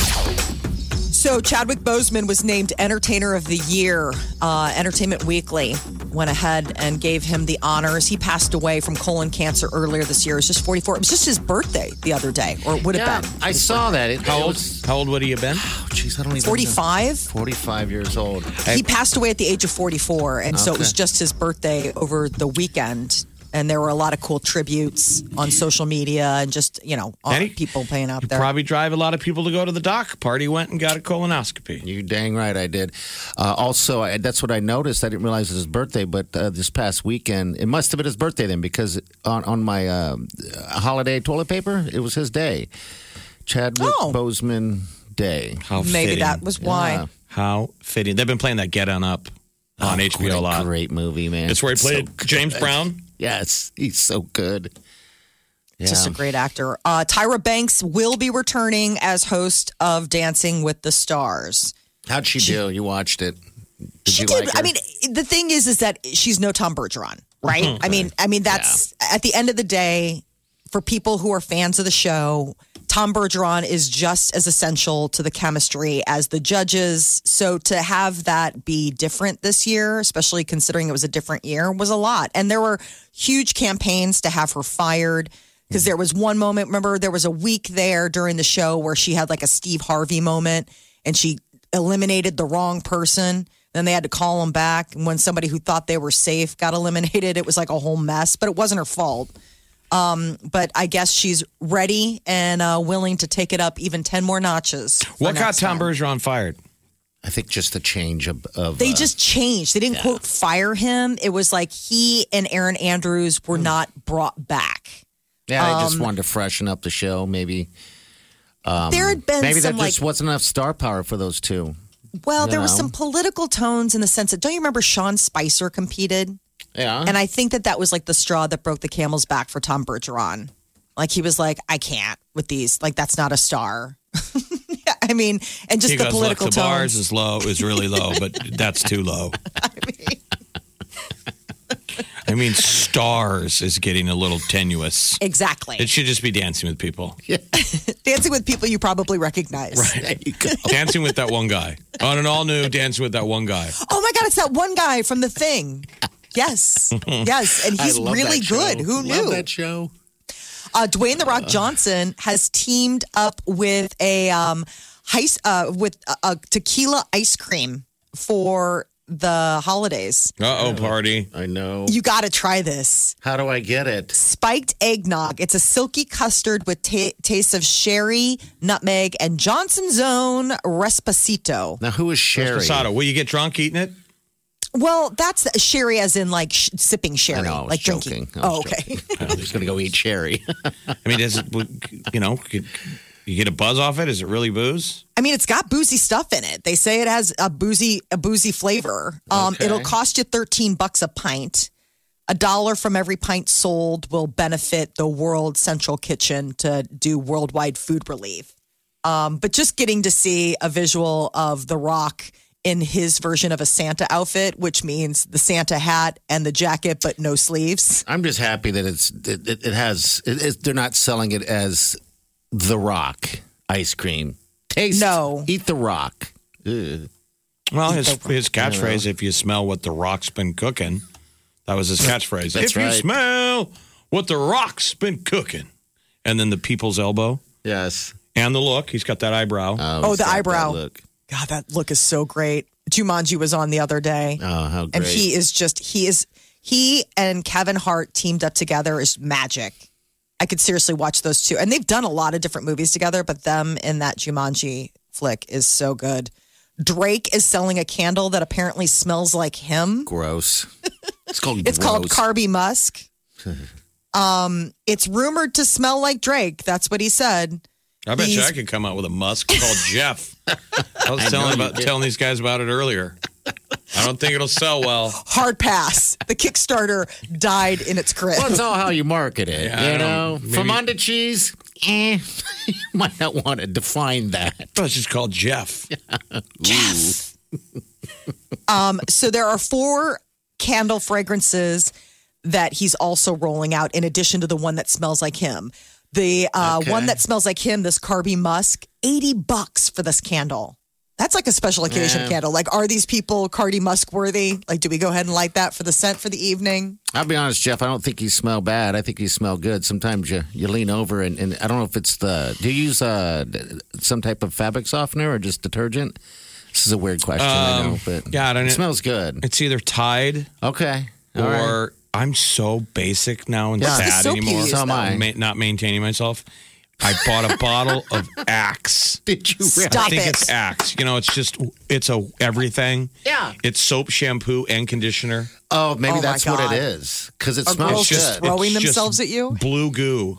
So Chadwick Boseman was named Entertainer of the Year. Uh, Entertainment Weekly went ahead and gave him the honors. He passed away from colon cancer earlier this year. It was just 44. It was just his birthday the other day, or it would have been. I saw that. It, How it old, was- how old would he have been? Oh, jeez, I don't even. know. 45? 45 years old. He passed away at the age of 44, and so it was Okay. just his birthday over the weekend. And there were a lot of cool tributes on social media and just, you know, all Danny, people paying out You there. probably drive a lot of people to go to the doc. Party went and got a colonoscopy. You dang right I did. Uh, also, I, that's what I noticed. I didn't realize it was his birthday, but uh, this past weekend, it must have been his birthday then because on, on my uh, holiday toilet paper, it was his day. Chadwick Oh. Boseman Day. How Maybe fitting. that was why. Yeah. How fitting. They've been playing that Get On Up on What HBO a lot. Oh, great movie, man. It's where he so played good. James Brown. Yes, he's so good. Yeah. Just a great actor. Uh, Tyra Banks will be returning as host of Dancing with the Stars. How'd she, do? You watched it. Did she you did. like her? I mean, the thing is, is that she's no Tom Bergeron, Mm-hmm. right? I mean, I mean that's at the end of the day, for people who are fans of the show, Tom Bergeron is just as essential to the chemistry as the judges. So to have that be different this year, especially considering it was a different year, was a lot. And there were huge campaigns to have her fired. Because there was one moment, remember, there was a week there during the show where she had like a Steve Harvey moment and she eliminated the wrong person. Then they had to call them back. And when somebody who thought they were safe got eliminated, it was like a whole mess, but it wasn't her fault. Um, but I guess she's ready and uh, willing to take it up even 10 more notches. for What got next Tom time. Bergeron fired? I think just the change of, of They uh, just changed. They didn't quote fire him. It was like he and Aaron Andrews were not brought back. yeah, they um, just wanted to freshen up the show. Maybe um, there had been maybe there some like just wasn't enough star power for those two. well, there was No. some political tones in the sense that don't you remember Sean Spicer competed? Yeah, And I think that that was like the straw that broke the camel's back for Tom Bergeron. Like he was like, I can't with these. Like that's not a star. Yeah, I mean, and just He the goes, political look, the tones. bars is low, is really low, but that's too low. I mean, stars is getting a little tenuous. exactly. It should just be dancing with people. Dancing with people you probably recognize. Dancing with that one guy. On an all new dancing with that one guy. Oh my God, it's that one guy from The Thing. Yes, yes, and he's really good. Who knew? that show? Uh, Dwayne the Rock Johnson has teamed up with a um, heis- uh, with a, a tequila ice cream for the holidays. Uh oh, party. I know. You got to try this. How do I get it? spiked eggnog. It's a silky custard with ta tastes of sherry, nutmeg, and Johnson's own Respacito. Now who is Sherry? Posada, will you get drunk eating it? Well, that's sherry as in like sh- sipping sherry, I know, I was like joking. drinking. I was oh, okay. I'm just gonna go eat Sherry. I mean, does it, you know, could, you get a buzz off it? Is it really booze? Oh, I mean, it's got boozy stuff in it. They say it has a boozy a boozy flavor. Um, Okay. It'll cost you thirteen bucks a pint. A dollar from every pint sold will benefit the World Central Kitchen to do worldwide food relief. Um, but just getting to see a visual of The Rock in his version of a Santa outfit, which means the Santa hat and the jacket, but no sleeves. I'm just happy that it's it, it, it has. It, it, they're not selling it as the Rock ice cream. Taste No. eat the Rock. Ugh. Well, his, his catchphrase, if you smell what the rock's been cooking, that was his catchphrase. That's if you right. smell what the rock's been cooking. And then the people's elbow Yes. and the look. He's got that eyebrow. Oh, he's the got that eyebrow. Look. God, that look is so great. Jumanji was on the other day. Oh, how and great. he is just he is he and Kevin Hart teamed up together is magic. I could seriously watch those two, and they've done a lot of different movies together. But them in that Jumanji flick is so good. Drake is selling a candle that apparently smells like him. gross. It's called It's called gross. Carby Musk. um, it's rumored to smell like Drake. That's what he said. I bet you These- I could come out with a musk called Jeff. I was telling, about, telling these guys about it earlier. I don't think it'll sell well. Hard pass. The Kickstarter died in its grip. Well, it's all how you market it. Yeah, I you know, don't- maybe- Flamanda cheese, eh, you might not want to define that. It's just called Jeff. Um, so there are four candle fragrances that he's also rolling out in addition to the one that smells like him. The uh, Okay. one that smells like him, this Carby Musk, 80 bucks for this candle. That's like a special occasion Yeah. candle. Like, are these people Cardi Musk worthy? Like, do we go ahead and light that for the scent for the evening? I'll be honest, Jeff. I don't think you smell bad. I think you smell good. Sometimes you, you lean over and, and I don't know if it's the. Do you use uh, some type of fabric softener or just detergent? This is a weird question, I know, but yeah, Um, I it don't know. smells good. It's either Tide Okay, all right. or I'm so basic now and Yeah. What's the sad soap you anymore. use, So am though? I. Ma- not maintaining myself. I bought a bottle of Axe. did you really? Stop I think it. it's Axe. You know, it's just it's a everything. Yeah. It's soap, shampoo, and conditioner. Oh, maybe Oh, my that's what God. it is because it Are smells girls just good. throwing it's just themselves at you? Blue goo.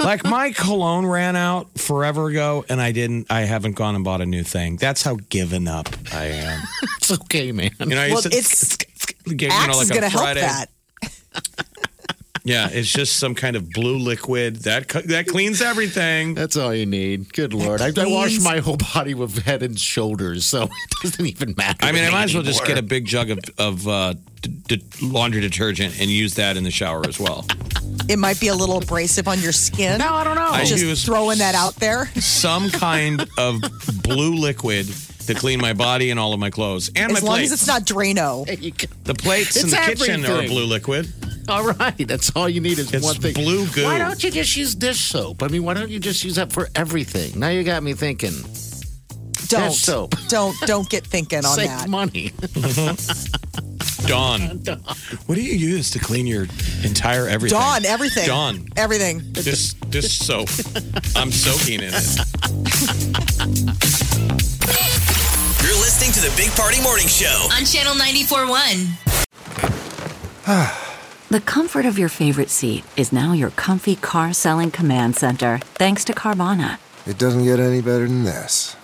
like my cologne ran out forever ago, and I didn't. I haven't gone and bought a new thing. That's how given up I am. It's okay, man. You know, I Well, used to- it's- you know, Axe like is on going to help Friday. that. Yeah, it's just some kind of blue liquid that co- that cleans everything. That's all you need. Good lord, I, I wash my whole body with head and shoulders, so it doesn't even matter. I mean, to I might as well just anymore. get a big jug of of uh, d- d- laundry detergent and use that in the shower as well. It might be a little abrasive on your skin. No, I don't know. I Just use- throwing that out there. Some kind of blue liquid to clean my body and all of my clothes and As my long plates. as it's not Drano. There you go. the plates in It's the kitchen are everything. blue liquid. All right, that's all you need is It's one thing. blue goo. Why don't you just use dish soap? I mean, why don't you just use that for everything? Now you got me thinking. Don't. That's soap. Don't don't get thinking on Save that. money. Dawn. What do you use to clean your entire everything? Dawn, everything. Dawn. Everything. Just just soap. I'm soaking in it. You're listening to the Big Party Morning Show. On Channel 94.1. The comfort of your favorite seat is now your comfy car selling command center, thanks to Carvana. It doesn't get any better than this.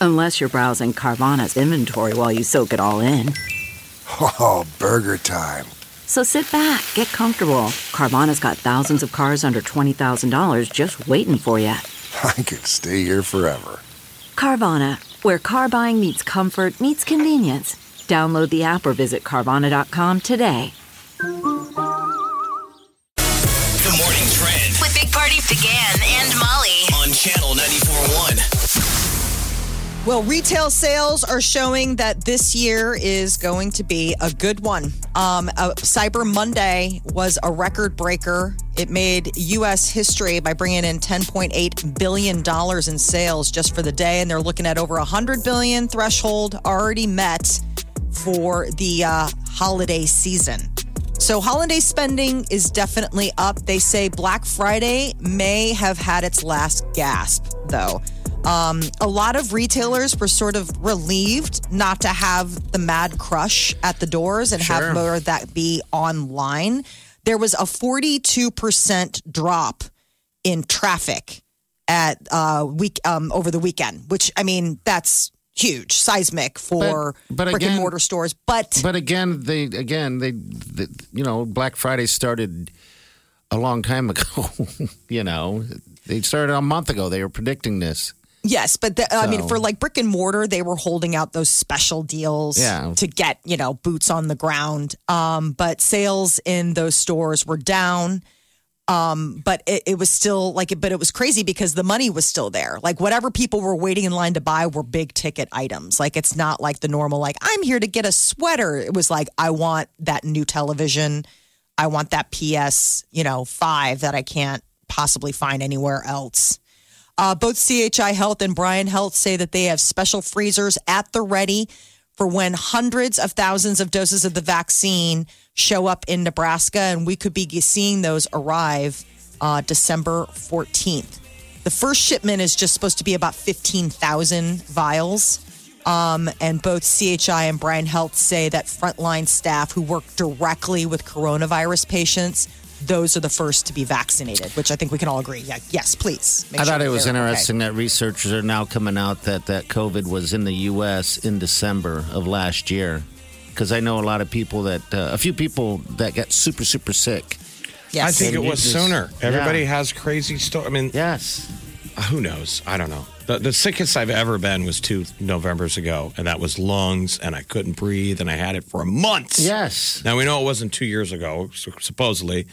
Unless you're browsing Carvana's inventory while you soak it all in. Oh, burger time. So sit back, get comfortable. Carvana's got thousands of cars under $20,000 just waiting for you. I could stay here forever. Carvana, where car buying meets comfort, meets convenience. Download the app or visit Carvana.com today. The morning trend With Big Party began and Molly. on channel 94.1. Well, retail sales are showing that this year is going to be a good one. Um, uh, Cyber Monday was a record breaker. It made U.S. history by bringing in 10.8 billion dollars in sales just for the day, and they're looking at over 100 billion threshold already met for the uh, holiday season. So, holiday spending is definitely up. They say Black Friday may have had its last gasp, though. Um, a lot of retailers were sort of relieved not to have the mad crush at the doors and have more of that be online. There was a 42% drop in traffic at uh, week um, over the weekend, which I mean, that's huge, seismic for But- but brick again- and mortar stores. But But again, they again they, they you know Black Friday started a long time ago. you know, they started a month ago. They were predicting this. Yes, but the, I mean, So- for like brick and mortar, they were holding out those special deals Yeah. to get you know boots on the ground. Um, but sales in those stores were down. Um, but it, it was still like, but it was crazy because the money was still there. Like whatever people were waiting in line to buy were big ticket items. Like it's not like the normal, like I'm here to get a sweater. It was like I want that new television, I want that PS, you know, five that I can't possibly find anywhere else. Uh, both CHI Health and Brian Health say that they have special freezers at the ready for when hundreds of thousands of doses of the vaccine show up in Nebraska, and we could be seeing those arrive uh, December 14th. The first shipment is just supposed to be about 15,000 vials. Um, and both CHI and Brian Health say that frontline staff who work directly with coronavirus patients, those are the first to be vaccinated, which I think we can all agree. Yeah, yes, please. Make I sure thought it that was they're okay. interesting that researchers are now coming out that that COVID was in the U.S. in December of last year, because I know a lot of people that uh, a few people that got super super sick. I think it was sooner. Everybody Yeah. has crazy story. I mean, uh, yes. Who knows? I don't know. The, the sickest I've ever been was two Novembers ago, and that was lungs, and I couldn't breathe, and I had it for months. Yes. Now we know it wasn't two years ago, su- supposedly,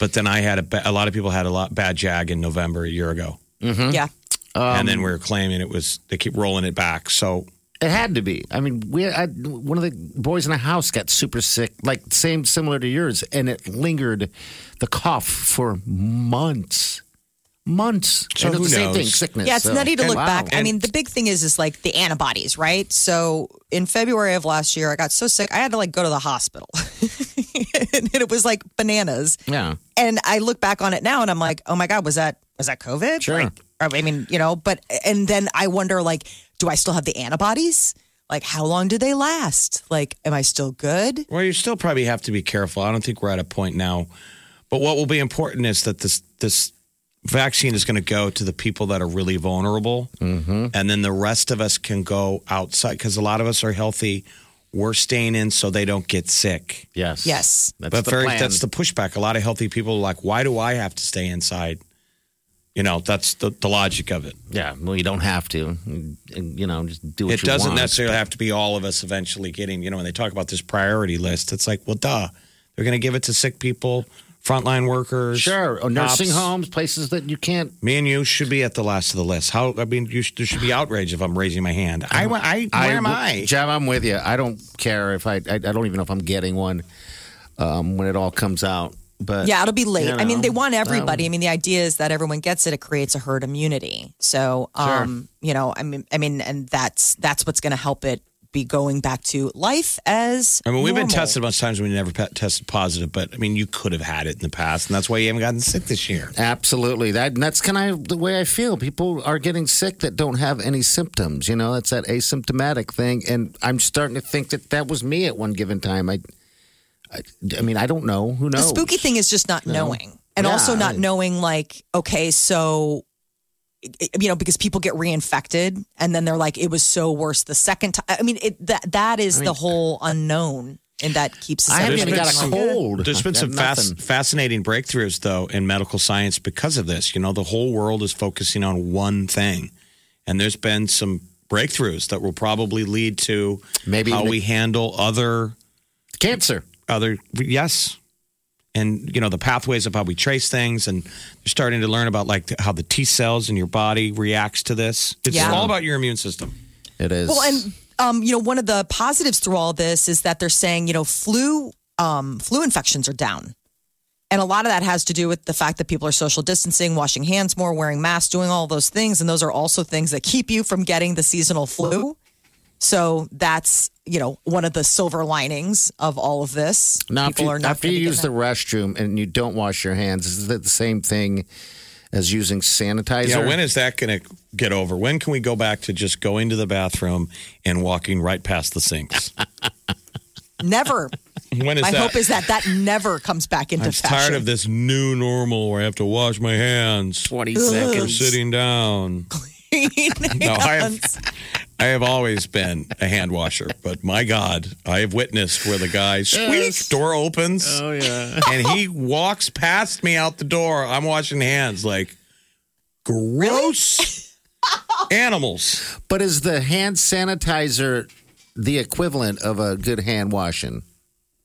but then I had a, ba- a lot of people had a lot bad jag in November a year ago, Mm-hmm. Um, Yeah. and then we were claiming it was they keep rolling it back. So It had to be. I mean, we I, one of the boys in the house got super sick, like same similar to yours, and it lingered the cough for months, months. So And it's who the same knows? thing, sickness. Yeah, it's so- nutty to And- look wow. back. I And- mean, the big thing is is like the antibodies, right? So in February of last year, I got so sick I had to like go to the hospital, and it was like bananas. yeah. And I look back on it now, and I'm like, oh my god, was that was that COVID? Sure. Like, I mean, you know, but and then I wonder like, do I still have the antibodies? Like, how long do they last? Like, am I still good? Well, you still probably have to be careful. I don't think we're at a point now. But what will be important is that this this vaccine is going to go to the people that are really vulnerable, Mm-hmm. and then the rest of us can go outside because a lot of us are healthy. We're staying in so they don't get sick. Yes. Yes. That's but the very, plan. that's the pushback. A lot of healthy people are like, "Why do I have to stay inside?" You know, that's the, the logic of it. Yeah, well, you don't have to. You- You know, just do what It you doesn't want. necessarily have to be all of us eventually getting, you know, when they talk about this priority list, it's like, well, duh, they're going to give it to sick people, frontline workers. Sure, or nursing cops. homes, places that you can't. Me and you should be at the last of the list. How, I mean, you, sh- there should be outrage if I'm raising my hand. I, wa- I, where am I? Jab, I'm with you. I don't care if I. I, I don't even know if I'm getting one um, when it all comes out. But Yeah, it'll be late. you I mean, know, they want everybody. I um, mean, the idea is that everyone gets it. It creates a herd immunity. So, um, you know, I mean, I mean, and that's that's what's going to help it be going back to life as. I mean, we've been normal. tested a bunch of times. We never pe- tested positive, but I mean, you could have had it in the past, and that's why you haven't gotten sick this year. absolutely. That and that's kind of the way I feel. People are getting sick that don't have any symptoms. You know, it's that asymptomatic thing, and I'm starting to think that that was me at one given time. I, I, I mean, I don't know. Who The knows? spooky thing is just not knowing, and Yeah, also not right. knowing like, okay, so you know, because people get reinfected, and then they're like, it was so worse the second time. I mean, it that that is the whole unknown, and that keeps. Us I haven't There's even been got a some- cold. There's been some Nothing. fast, fascinating breakthroughs, though, in medical science because of this. You know, the whole world is focusing on one thing, and there's been some breakthroughs that will probably lead to Maybe how even- we handle other cancer. other yes, and you know the pathways of how we trace things, and you're starting to learn about like how the T cells in your body reacts to this. It's Yeah. all about your immune system. It is. Well, and um, you know, one of the positives through all this is that they're saying, you know, flu um, flu infections are down, and a lot of that has to do with the fact that people are social distancing, washing hands more, wearing masks, doing all those things, and those are also things that keep you from getting the seasonal flu. So that's you know one of the silver linings of all of this. Now, if people you, are not after you gonna get use the that. restroom and you don't wash your hands, is that the same thing as using sanitizer? Yeah, when is that going to get over? When can we go back to just going to the bathroom and walking right past the sinks? never. When is My that? hope is that that never comes back into I'm fashion. tired of this new normal where I have to wash my hands 20 for seconds. sitting down. No, I have, I have always been a hand washer, but my God, I have witnessed where the guy squeak door opens Oh, yeah. and he walks past me out the door. I'm washing hands like gross. Animals. But is the hand sanitizer the equivalent of a good hand washing?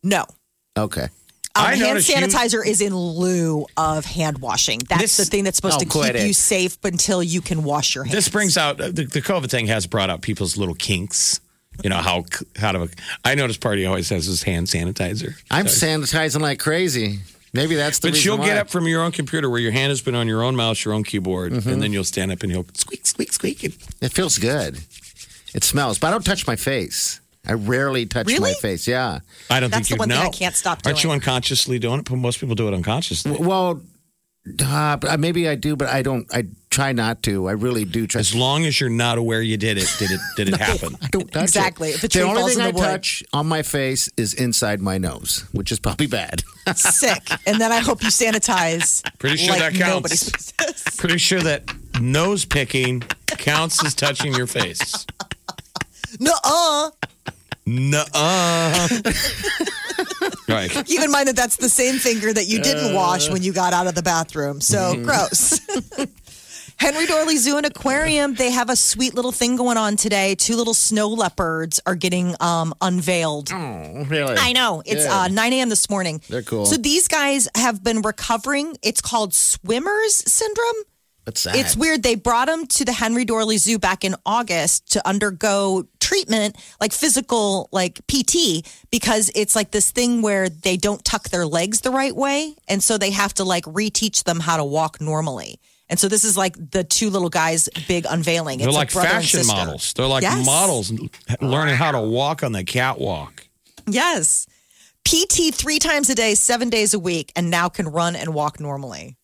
No. Okay. Um, I hand noticed you- sanitizer is in lieu of hand washing. That's This- the thing that's supposed Oh, to quit keep it. you safe until you can wash your hands. This brings out uh, the, the COVID thing has brought out people's little kinks. You know how how to. I notice party always has his hand sanitizer. I'm sanitizing like crazy. Maybe that's the but reason you'll get why. up from your own computer where your hand has been on your own mouse, your own keyboard, Mm-hmm. and then you'll stand up and you'll squeak, squeak, squeak. And It feels good. It smells, but I don't touch my face. I rarely touch my Really? face. Yeah. I don't think That's you the one know. thing I can't stop doing. Aren't you unconsciously doing it? But Most people do it unconsciously. W- Well, uh, but I- maybe I do, but I don't. I try not to. I really do try. As long as you're not aware you did it, did it did it happen? I don't touch it. Exactly. If a tree the only falls thing in I the wood. touch on my face is inside my nose, which is probably bad. sick. And then I hope you sanitize. Pretty sure like that counts. nobody's business. Pretty sure that nose picking counts as touching your face. Nuh-uh. Nuh-uh. right. Keep in mind that that's the same finger that you Uh. didn't wash when you got out of the bathroom. So Mm-hmm. gross. Henry Dorley Zoo and Aquarium, they have a sweet little thing going on today. Two little snow leopards are getting um, unveiled. Oh. really? I know. It's Yeah. uh, 9 a.m. this morning. They're cool. So these guys have been recovering. It's called swimmer's syndrome. What's that? It's weird. They brought him to the Henry Dorley Zoo back in August to undergo treatment, like physical, like PT, because it's like this thing where they don't tuck their legs the right way. And so they have to like reteach them how to walk normally. And so this is like the two little guys' big unveiling. They're It's like brother and fashion sister. models. They're like Yes. models learning how to walk on the catwalk. Yes. PT three times a day, seven days a week, and now can run and walk normally.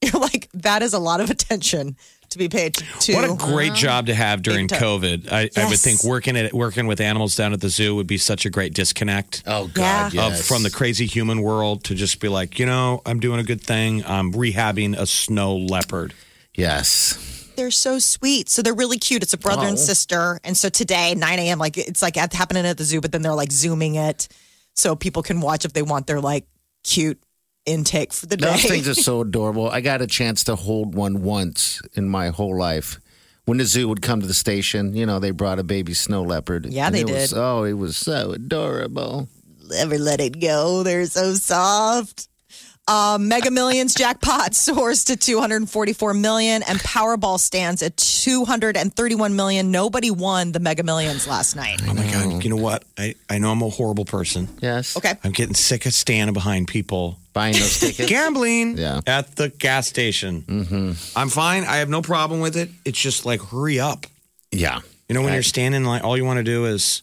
You're like, that is a lot of attention to be paid to. What a great job to have during Big time. COVID. I, I would Yes. think working at working with animals down at the zoo would be such a great disconnect. oh God! Yeah. yes. Of from the crazy human world to just be like, you know, I'm doing a good thing. I'm rehabbing a snow leopard. yes. They're so sweet. So they're really cute. It's a brother and Oh. sister. And so today, 9 a.m., like it's like it's happening at the zoo, but then they're like zooming it so people can watch if they want their like cute intake for the day. Those things are so adorable. I got a chance to hold one once in my whole life. When the zoo would come to the station, you know, they brought a baby snow leopard. Yeah, And they it was- did. oh, it was so adorable. Never let it go. They're so soft. Uh, Mega Millions jackpot soars to 244 million, and Powerball stands at 231 million. Nobody won the Mega Millions last night. Oh my god! You know what? I, I know I'm a horrible person. Yes. Okay. I'm getting sick of standing behind people Buying those tickets. gambling Yeah. at the gas station. Mm-hmm. I'm fine. I have no problem with it. It's just like hurry up. yeah. You know, when Right. you're standing in line, all you want to do is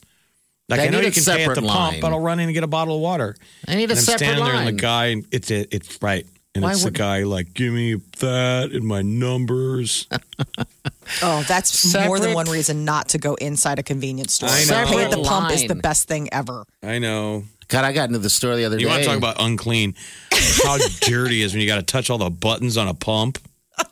like They I know need a you can pay at separate the line. pump, but I'll run in and get a bottle of water. I need a and I'm separate standing there, and line. the guy, it's it, it's right, and Why it's the would- guy like, give me that and my numbers. Oh, that's more than Separate- one reason not to go inside a convenience store. I know. Pay at the pump is the Line. best thing ever. I know. God, I got into the store the other You day. want to talk about unclean? How dirty is when you got to touch all the buttons on a pump?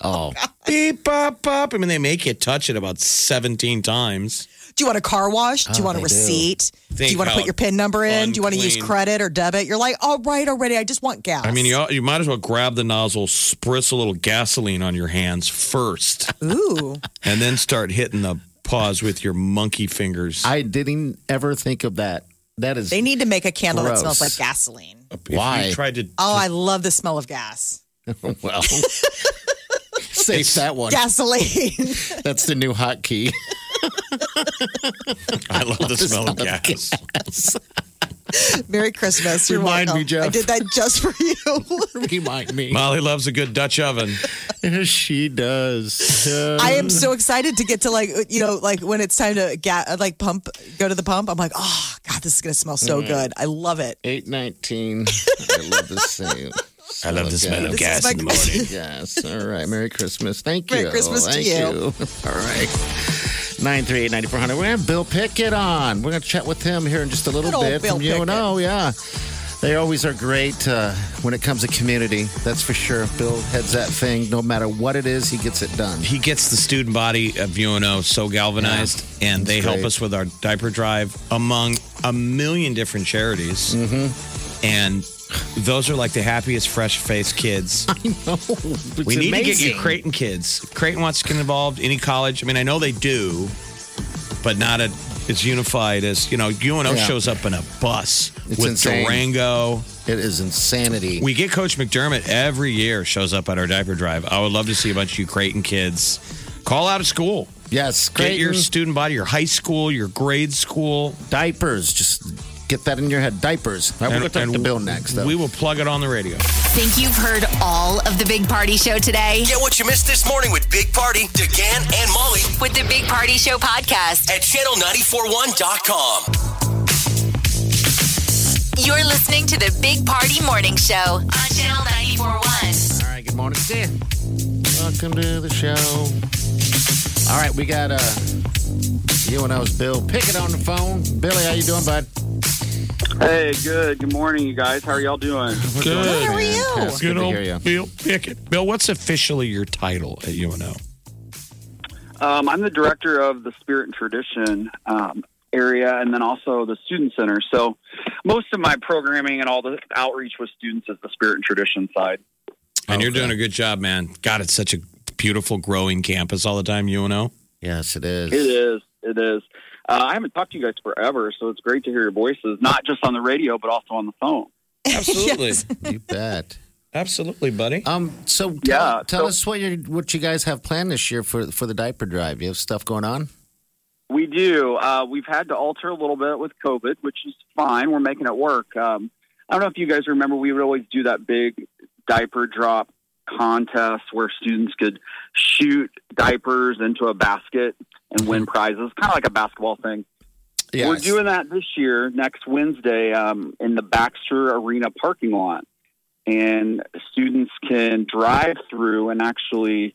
Oh, Beep, pop, pop. I mean, they make you touch it about 17 times. Do you want a car wash? Do you Oh, want a they do. receipt? Do you Think want to put how your PIN number in? Do you want to use unclean. credit or debit? You're like, all right, already. I just want gas. I mean, you, you might as well grab the nozzle, spritz a little gasoline on your hands first, ooh, and then start hitting the paws with your monkey fingers. I didn't ever think of that. That is they need to make a candle that Gross. smells like gasoline. If Why? You tried to. Oh, I love the smell of gas. well. Save that one. Gasoline. That's the new hot key. I love the smell of gas. Merry Christmas. You're Remind welcome. me, Jeff. I did that just for you. Remind me. Molly loves a good Dutch oven. she does. Uh, I am so excited to get to like you know like when it's time to ga- like pump go to the pump. I'm like, oh god, this is gonna smell so Mm. good. I love it. 819. I love the same. I love the smell of This gas is my- in the morning. Yes. All right. Merry Christmas. Thank you. Merry Christmas to Thank you. All right. 938 9400. We're going to have Bill Pickett on. We're going to chat with him here in just a little Good old bit Bill from UNO. Yeah. They always are great uh, when it comes to community. That's for sure. Bill heads that thing. No matter what it is, he gets it done. He gets the student body of UNO so galvanized, and they help great. us Mm-hmm. with our diaper drive among a million different charities. And Those are like the happiest fresh faced kids. I know. we need to get amazing. your Creighton kids. If Creighton wants to get involved, any college. I mean, I know they do, but not at as unified as, you know, UNO Yeah. shows up in a bus It's with insane. Durango. It is insanity. We get Coach McDermott every year shows up at our diaper drive. I would love to see a bunch of you Creighton kids call out of school. Yes, Get your Creighton. student body, your high school, your grade school. Diapers. Just get that in your head. Diapers. All right, we're going to talk to Bill next. Though. We will plug it on the radio. Think you've heard all of the Big Party Show today? Get what you missed this morning with Big Party, DeGan, and Molly With the Big Party Show podcast. at channel941.com. You're listening to the Big Party Morning Show on Channel 941. All right, good morning, Stan. Welcome to the show. All right, we got uh, you and I was Bill Pickett on the phone. Billy, how you doing, bud? Hey, good. Good morning, you guys. How are y'all doing? Good. How are you? Good Good to old hear you. Bill Pickett. Bill, what's officially your title at UNO? Oh, Um, I'm the director of the Spirit and Tradition um, area and then also the Student Center. So most of my programming and all the outreach with students is the Spirit and Tradition side. And you're doing a good job, man. God, it's such a beautiful, growing campus all the time, UNO. Yes, it is. It is. It is. Uh, I haven't talked to you guys forever, so it's great to hear your voices, not just on the radio, but also on the phone. Absolutely. You bet. Absolutely, buddy. Um, so tell, Yeah, tell so- us what you what you guys have planned this year for for the diaper drive. You have stuff going on. We do. Uh, we've had to alter a little bit with COVID, which is fine. We're making it work. Um, I don't know if you guys remember, we would always do that big diaper drop contest where students could shoot diapers into a basket and win prizes, kind of like a basketball thing. We're doing that this year, next Wednesday, um, in the Baxter Arena parking lot. And students can drive through and actually,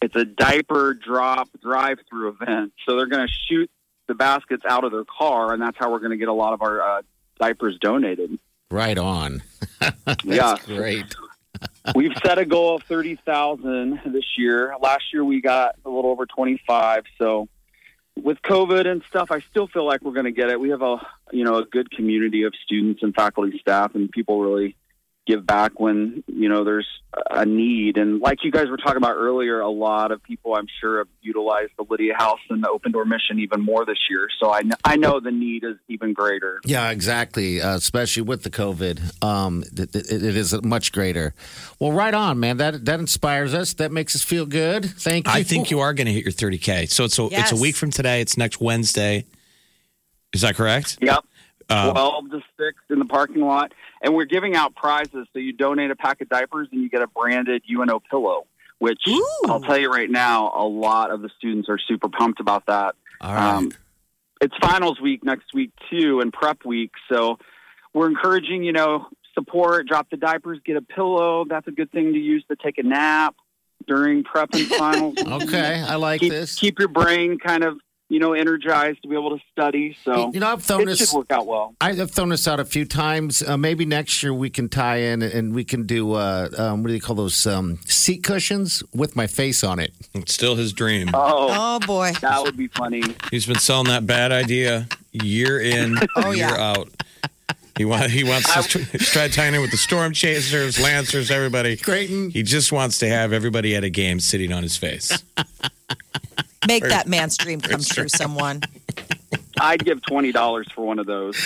it's a diaper drop drive through event. So they're going to shoot the baskets out of their car, and that's how we're going to get a lot of our uh, diapers donated. Right on. That's Yeah. great. We've set a goal of 30,000 this year. Last year we got a little over 25. So with COVID and stuff, I still feel like we're going to get it. We have a, you know, a good community of students and faculty, staff and people really give back when, you know, there's a need. And like you guys were talking about earlier, a lot of people I'm sure have utilized the Lydia House and the Open Door Mission even more this year. So I kn- I know the need is even greater. Yeah, exactly. Uh, especially with the COVID, um, th- th- it is much greater. Well, right on, man. That that inspires us. That makes us feel good. Thank you. I think you are going to hit your 30K. So it's a, it's a Yes. week from today. It's next Wednesday. Is that correct? Yep. Uh, Um, 12 to 6 in the parking lot. And we're giving out prizes. So you donate a pack of diapers and you get a branded UNO pillow, which I'll tell you right now, a lot of the students are super pumped about that. Um, All right. it's finals week next week, too, and prep week. So we're encouraging, you know, support, drop the diapers, get a pillow. That's a good thing to use to take a nap during prep and finals. okay, I like keep, this. Keep your brain kind of, you know, energized to be able to study. So You know, I've thrown it this- should work out well. I have thrown this out a few times. Uh, maybe next year we can tie in and we can do uh, um, what do you call those um, seat cushions with my face on it. It's still his dream. Oh, Oh boy. that would be funny. He's been selling that bad idea year in, Oh, year out. He, wa- he wants to tr- try tying in with the storm chasers, lancers, everybody. Creighton. He just wants to have everybody at a game sitting on his face. Make that man's dream come true, someone. I'd give twenty dollars for one of those.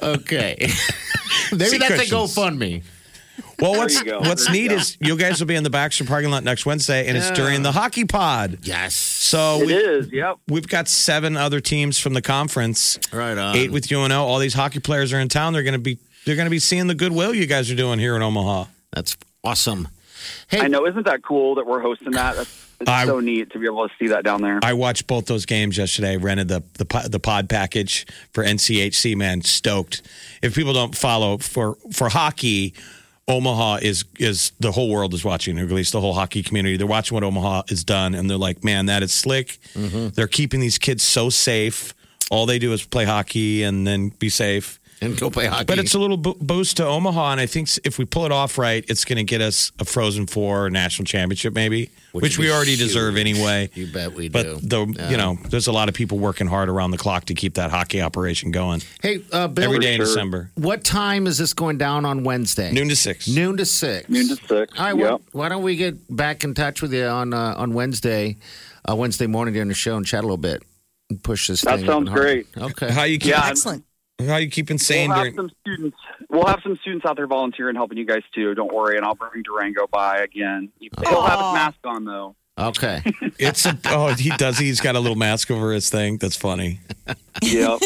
Okay. maybe Seat that's a cushions. GoFundMe. Well, There what's you go. what's There you neat go. is you guys will be in the Baxter parking lot next Wednesday, and it's during the hockey pod. Yes. So It we, is. Yep. we've got seven other teams from the conference, Right on. eight with UNO. All these hockey players are in town. They're going to be they're going to be seeing the goodwill you guys are doing here in Omaha. That's awesome. Hey, I know. Isn't that cool that we're hosting that? That's it's I- so neat to be able to see that down there. I watched both those games yesterday. Rented the the po- the pod package for NCHC. Man, stoked. If people don't follow for for hockey, Omaha is is the whole world is watching. Or at least the whole hockey community. They're watching what Omaha has done, and they're like, man, that is slick. Mm-hmm. They're keeping these kids so safe. All they do is play hockey and then be safe. and go play hockey. But it's a little bo- boost to Omaha, and I think s- if we pull it off right, it's going to get us a Frozen Four or national championship, maybe, Which which, would we be already huge. deserve anyway. You bet we but do. the Yeah. you know, there's a lot of people working hard around the clock to keep that hockey operation going. Hey, uh, Bill, Every day in December. What time is this going down on Wednesday? Noon to six. Noon to six. Noon to six. All right. Yep. Well, why don't we get back in touch with you on uh, on Wednesday, uh, Wednesday morning during the show and chat a little bit and push this. That thing sounds even harder. great. Okay. How you keep Excellent. how you keep insane We'll have during some students. We'll have some students out there volunteering, helping you guys too. Don't worry, and I'll bring Durango by again. He'll have his mask on though. Okay. it's a, oh he does he's got a little mask over his thing. That's funny. Yep.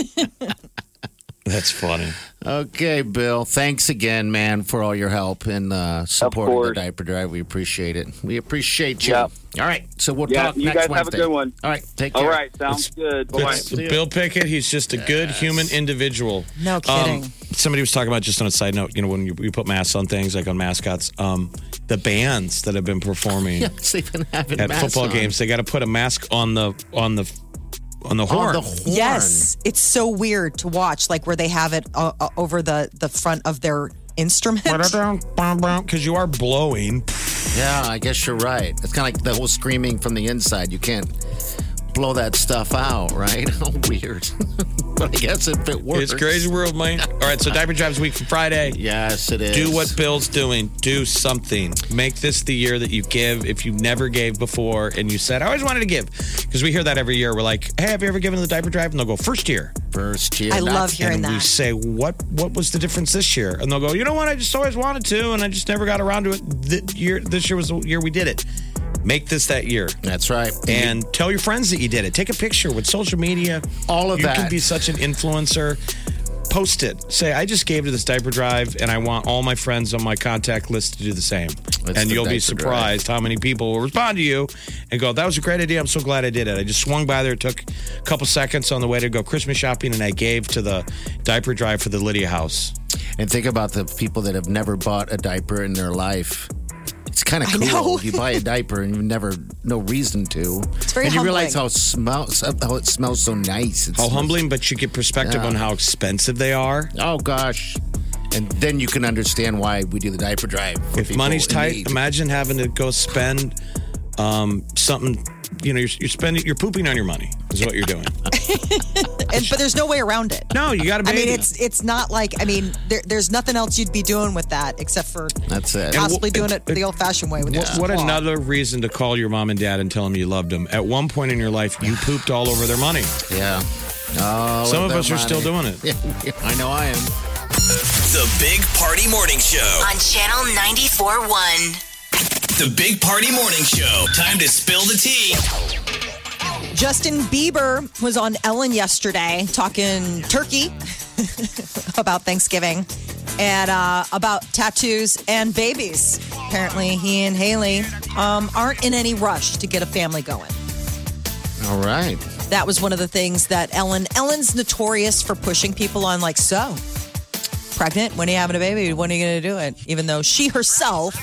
That's funny. Okay, Bill. Thanks again, man, for all your help and uh, supporting the course. diaper drive. We appreciate it. We appreciate you. Yeah. All right. So we'll Yeah, talk you next guys have a Wednesday. good one. All right. Take care. All right, sounds good. Bye. It's Bill Pickett, he's just a good human individual. Um, No kidding. somebody was talking about just on a side note, you know, when you, you put masks on things like on mascots, um, the bands that have been performing Yes, they've been having at masks football on. games, they got to put a mask on the on the on the On horn. Oh, the horn. Yes, it's so weird to watch, like where they have it uh, uh, over the the front of their instrument. because you are blowing. Yeah, I guess you're right. It's kind of like the whole screaming from the inside. You can't blow that stuff out, right? How weird. but I guess if it works. It's crazy world, man. All right, so diaper drives week for Friday. Yes, it is. Do what Bill's doing. Do something. Make this the year that you give. If you never gave before and you said, I always wanted to give, because we hear that every year. We're like, hey, have you ever given to the diaper drive? And they'll go, first year. First year. I not- love hearing and we that. say, what what was the difference this year? And they'll go, you know what? I just always wanted to, and I just never got around to it. Th- year, this year was the year we did it. Make this that year. That's right. And tell your friends that you did it. Take a picture with social media. All of you that. You can be such an influencer. Post it. Say, I just gave to this diaper drive, and I want all my friends on my contact list to do the same. It's and the you'll be diaper drive. surprised how many people will respond to you and go, That was a great idea. I'm so glad I did it. I just swung by there. It took a couple seconds on the way to go Christmas shopping, and I gave to the diaper drive for the Lydia house. And think about the people that have never bought a diaper in their life. It's kind of cool. know. if you buy a diaper and you never, no reason to. It's very And you realize how humbling. it smells, how it smells so nice. It's How humbling, but you get perspective Yeah. on how expensive they are. Oh gosh. And then you can understand why we do the diaper drive. for if people money's in tight, need. imagine having to go spend um, something. You know, you're, you're spending, you're pooping on your money. Is what you're doing. and, but there's no way around it. no, you got to. I mean, it's it's not like I mean, there, there's nothing else you'd be doing with that except for That's it. possibly doing it the old-fashioned way. With What, what another reason to call your mom and dad and tell them you loved them. At one point in your life, you pooped all over their money. Yeah. All Some of their us are still money. doing it. Yeah, I know I am. The Big Party Morning Show. On Channel 94.1. The Big Party Morning Show. Time to spill the tea. Justin Bieber was on Ellen yesterday talking turkey about Thanksgiving and uh, about tattoos and babies. Apparently, he and Haley um, aren't in any rush to get a family going. All right. That was one of the things that Ellen Ellen's notorious for pushing people on, like so. Pregnant? When are you having a baby? When are you going to do it? Even though she herself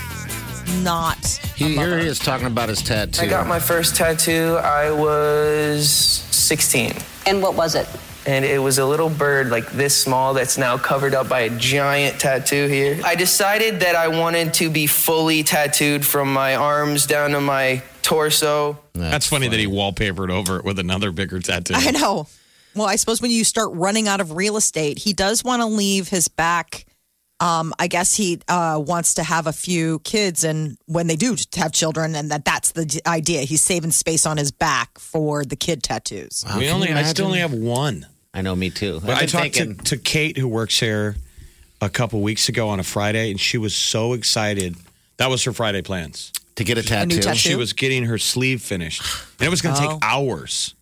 not. a He, here mother. he is talking about his tattoo. I got my first tattoo. I was 16. And what was it? and it was a little bird like this small that's now covered up by a giant tattoo here. I decided that I wanted to be fully tattooed from my arms down to my torso. That's funny, that he wallpapered over it with another bigger tattoo. I know. Well, I suppose when you start running out of real estate, he does want to leave his back. Um, I guess he uh, wants to have a few kids, and when they do have children, and that that's the d- idea. He's saving space on his back for the kid tattoos. Wow, we can only, you I still only imagine? have one. I know, me too. I've But I been talked to, thinking, to Kate, who works here, a couple weeks ago on a Friday, and she was so excited. That was her Friday plans. to get a tattoo. new tattoo. She was getting her sleeve finished, and it was going to Oh. take hours.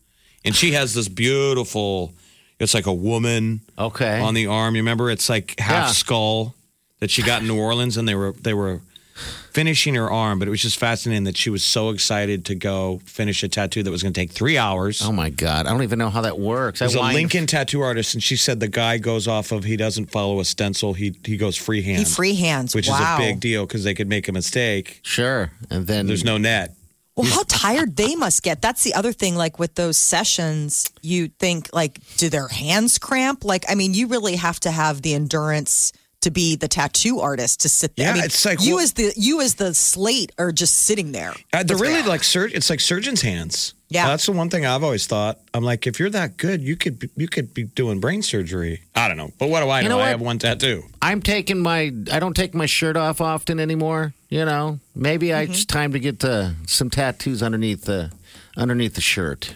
And she has this beautiful. It's like a woman Okay. on the arm. You remember? It's like half Yeah. skull that she got in New Orleans, and they were they were finishing her arm. But it was just fascinating that she was so excited to go finish a tattoo that was going to take three hours. oh my God. I don't even know how that works. There's I a wind- Lincoln tattoo artist, and she said the guy goes off of he doesn't follow a stencil. He he goes freehand, He freehands, which wow. is a big deal because they could make a mistake. Sure. And then There's no net. Well, how tired they must get. That's the other thing. Like with those sessions, you think like, do their hands cramp? Like, I mean, you really have to have the endurance to be the tattoo artist to sit there. I Yeah, mean, it's like- you well- as the you as the slate are just sitting there. Uh, they're really like sur- it's like surgeons' hands. Yeah. that's the one thing I've always thought. I'm like, if you're that good, you could be, you could be doing brain surgery. I don't know, but what do I You know? know what? I have one tattoo. I'm taking my I don't take my shirt off often anymore. You know, maybe I, Mm-hmm. it's time to get to some tattoos underneath the underneath the shirt.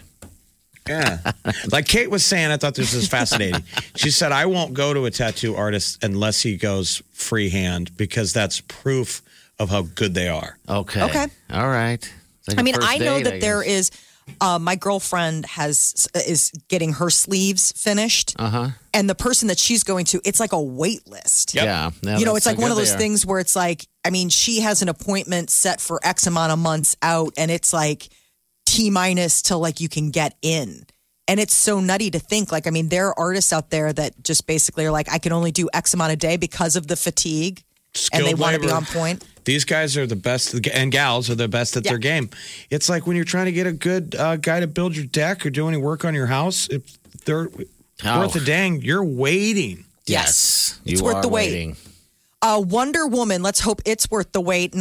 Yeah, like Kate was saying, I thought this was fascinating. she said, I won't go to a tattoo artist unless he goes freehand because that's proof of how good they are. Okay. Okay. All right. It's like I a mean, first I know date, that I there guess. is. Uh, my girlfriend has is getting her sleeves finished, Uh-huh. and the person that she's going to, it's like a wait list. Yeah. you know, it's like one of those things. things where it's like, I mean, she has an appointment set for X amount of months out, and it's like T minus till like you can get in. And it's so nutty to think. Like, I mean, there are artists out there that just basically are like, I can only do X amount a day because of the fatigue, and they Skilled want to be labor. on point. These guys are the best, and gals are the best at their game. It's like when you're trying to get a good uh, guy to build your deck or do any work on your house. If they're Oh. worth a dang, you're waiting. Yes. It's worth the wait. Uh, Wonder Woman, let's hope it's worth the wait.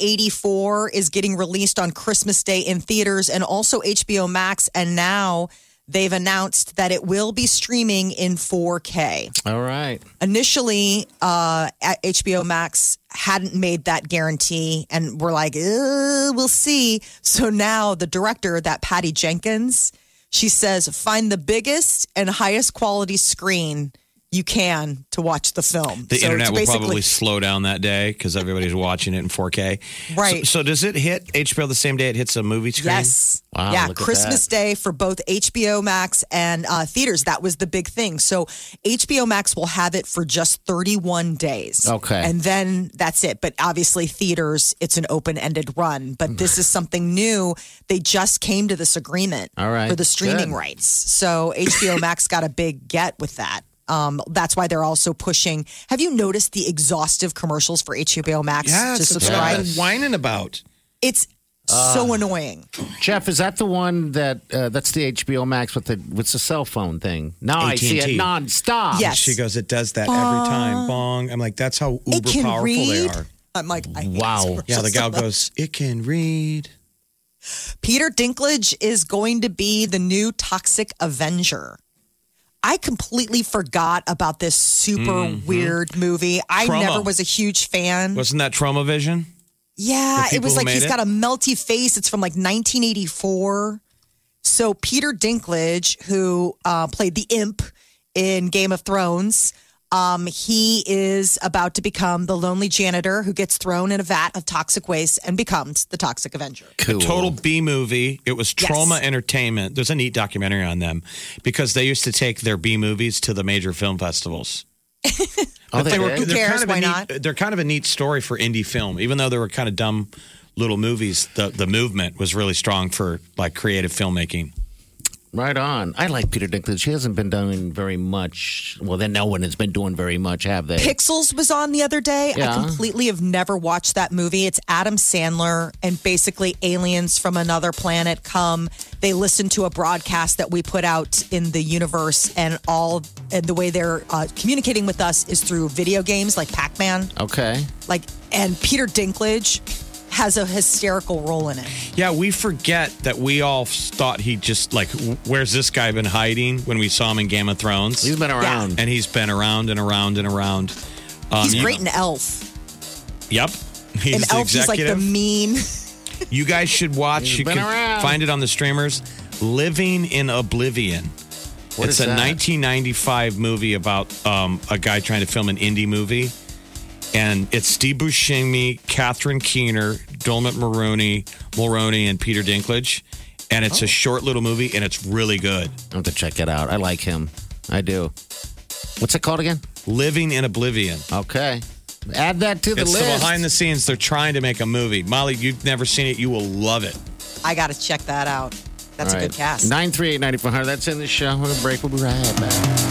1984 is getting released on Christmas Day in theaters and also HBO Max. And now they've announced that it will be streaming in 4K. All right. initially uh at hbo max hadn't made that guarantee and we're like "Uh, we'll see so now the director that patty jenkins she says find the biggest and highest quality screen you can to watch the film The So internet it's will basically- probably slow down that day because everybody's watching it in 4K. Right. So, so does it hit HBO the same day it hits a movie screen? Yes. Wow. yeah, Christmas Day for both HBO Max and uh, theaters. That was the big thing. So HBO Max will have it for just 31 days. Okay. And then that's it. But obviously, theaters, it's an open ended run. But this is something new. They just came to this agreement All right. for the streaming Good. rights. So HBO Max got a big get with that. Um, that's why they're also pushing. Have you noticed the exhaustive commercials for HBO Max Yeah, to it's what subscribe? I've been whining about. It's Ah. so annoying. Jeff, is that the one that uh, that's the HBO Max with the with the cell phone thing? Now I see it AT&T. nonstop. Yes. She goes, it does that every time. Bong. I'm like, that's how uber it can powerful they read. are. I'm like, I hate Wow. this Yeah, the gal person. goes, it can read. Peter Dinklage is going to be the new Toxic Avenger. I completely forgot about this super weird movie. I Mm-hmm. Trauma. never was a huge fan. Wasn't that trauma vision? yeah, the it was people who like he's made got it? a melty face. It's from like 1984. So Peter Dinklage, who uh, played the imp in Game of Thrones, um, he is about to become the lonely janitor who gets thrown in a vat of toxic waste and becomes the Toxic Avenger. Cool. Total B movie. It was Yes. Trauma Entertainment. There's a neat documentary on them because they used to take their B movies to the major film festivals. Oh, they were did? Who cares? kind of a Why neat, They're kind of a neat story for indie film, even though they were kind of dumb little movies. The the movement was really strong for like creative filmmaking. Right on. I like Peter Dinklage. He hasn't been doing very much. Well, then no one has been doing very much, have they? Pixels was on the other day. Yeah. I completely have never watched that movie. It's Adam Sandler and basically aliens from another planet come. They listen to a broadcast that we put out in the universe, and all and the way they're uh, communicating with us is through video games like Pac Man. Okay. Like, and Peter Dinklage has a hysterical role in it. Yeah, we forget that we all thought he just like, "W- where's this guy been hiding when we saw him in Game of Thrones? He's been around. and he's been around and around and around. Um, He's you- great in Elf. Yep. He's In the Elf, he's like the executive. mean. you guys should watch. He's you been can around. find it on the streamers. Living in Oblivion. What it's is a that? 1995 movie about um, a guy trying to film an indie movie. And it's Steve Buscemi, Catherine Keener, Dolmet Maroney, Mulroney, and Peter Dinklage. And it's Oh. a short little movie, and it's really good. I'll have to check it out. I like him. I do. What's it called again? Living in Oblivion. Okay. Add that to the it's list. the behind the scenes. They're trying to make a movie. Molly, you've never seen it. You will love it. I got to check that out. That's a good cast. 938 9400. That's in the show. We're gonna break. We'll be right back.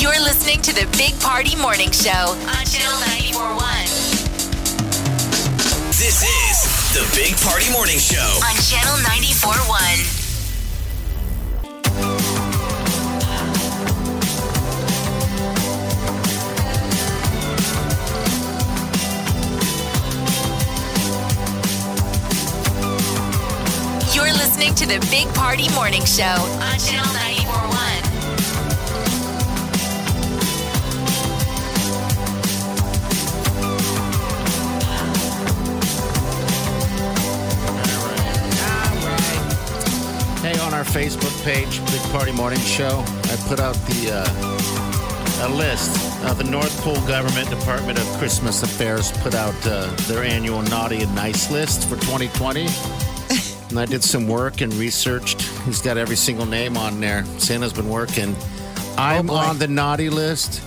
You're listening to the Big Party Morning Show on Channel 941. This is the Big Party Morning Show. on Channel 941. You're listening to the Big Party Morning Show on Channel 941. Hey, on our Facebook page, Big Party Morning Show, I put out the uh, a list. Uh, the North Pole Government Department of Christmas Affairs put out uh, their annual naughty and nice list for 2020. and I did some work and researched. He's got every single name on there. Santa's been working. Oh, I'm on the naughty list.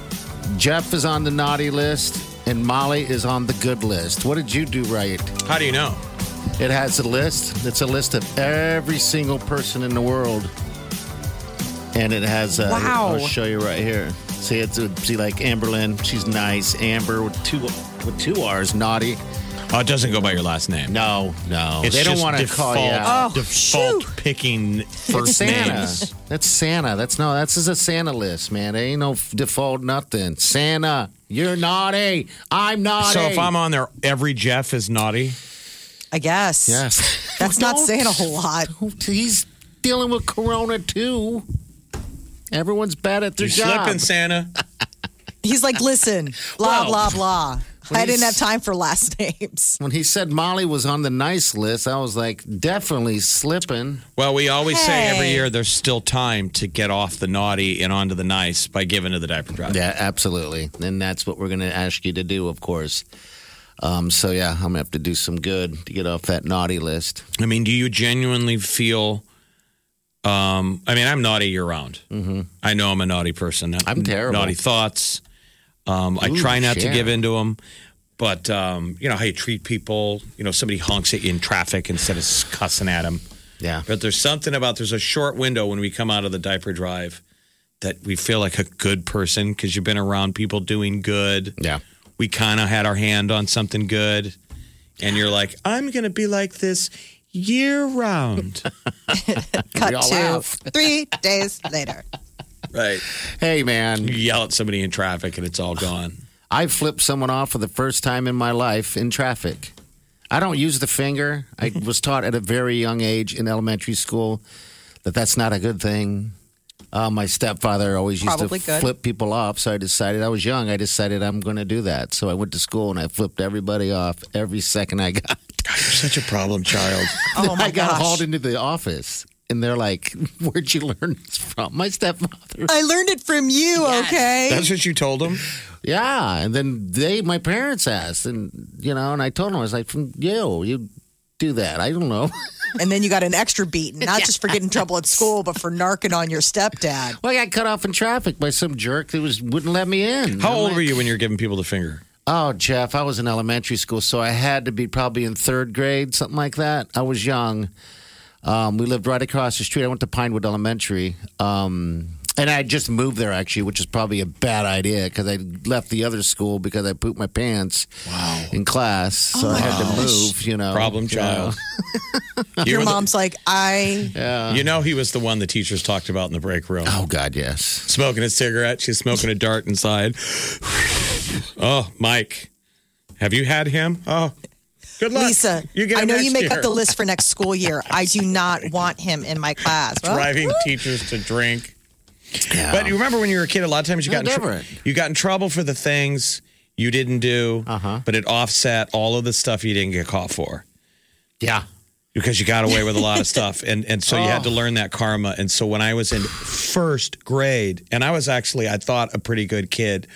Jeff is on the naughty list, and Molly is on the good list. What did you do right? How do you know? It has a list. It's a list of every single person in the world, and it has. A, Wow. I'll show you right here. See, it's see like Amberlyn. She's nice. Amber with two with two R's. Naughty. Oh, it doesn't go by your last name. No, no. Oh, It's they don't just want to call you default- Oh, out. default picking Oh, It's first Santa. names. That's Santa. That's no. That's just a Santa list, man. There ain't no f- default nothing. Santa, you're naughty. I'm naughty. So if I'm on there, every Jeff is naughty. I guess. yes, That's not Don't- saying a whole lot. He's dealing with Corona too. Everyone's bad at their You're job. slipping, Santa. He's like, listen, blah, Well, blah, blah. I please. didn't have time for last names. When he said Molly was on the nice list, I was like, definitely slipping. Well, we always say every Hey. year there's still time to get off the naughty and onto the nice by giving to the diaper drive. Yeah, absolutely. And that's what we're going to ask you to do, of course. Um, so, yeah, I'm going to have to do some good to get off that naughty list. I mean, do you genuinely feel? Um, I mean, I'm naughty year round. Mm-hmm. I know I'm a naughty person. I'm terrible. Naughty thoughts. Um, I Ooh, try not share. to give into them, but um, you know how you treat people. You know, somebody honks at you in traffic instead of cussing at them. Yeah. But there's something about there's a short window when we come out of the diaper drive that we feel like a good person because you've been around people doing good. Yeah. We kind of had our hand on something good, and you're like, I'm gonna be like this year round, Cut We all to laugh. three days later. right? Hey, man, You yell at somebody in traffic, and it's all gone. I flipped someone off for the first time in my life in traffic. I don't use the finger. I was taught at a very young age in elementary school that that's not a good thing. Uh, my stepfather always used Probably to good. flip people off, so I decided I was young. I decided I'm going to do that. So I went to school and I flipped everybody off every second I got. Such a problem child. Oh my I got gosh. hauled into the office, and they're like, "Where'd you learn this from?" My stepfather. I learned it from you, okay? That's what you told him. Yeah, and then they, my parents asked, and you know, and I told them I was like, "From you, you do that." I don't know. and then you got an extra beating, not just for getting in trouble at school, but for narking on your stepdad. well, I got cut off in traffic by some jerk that was wouldn't let me in. How I'm old like, were you when you were giving people the finger? Oh, Jeff, I was in elementary school, so I had to be probably in third grade, something like that. I was young. Um, we lived right across the street. I went to Pinewood Elementary. Um, and I just moved there, actually, which is probably a bad idea because I left the other school because I pooped my pants in class. So I had to move, you know. Problem child. You Your were the- mom's like, I. you know he was the one the teachers talked about in the break room. Oh, God, yes. smoking a cigarette. She's smoking a dart inside. oh, Mike, have you had him? Oh, good luck. Lisa, you get I him know you next make year. up the list for next school year. I do not want him in my class. Well, Driving teachers to drink. Yeah. But you remember when you were a kid, a lot of times you No got in trou- different. you got in trouble for the things you didn't do, Uh-huh. but it offset all of the stuff you didn't get caught for yeah. Oh. because you got away with a lot of stuff, and and so you had to learn that karma. And so when I was in first grade, and I was actually I thought a pretty good kid.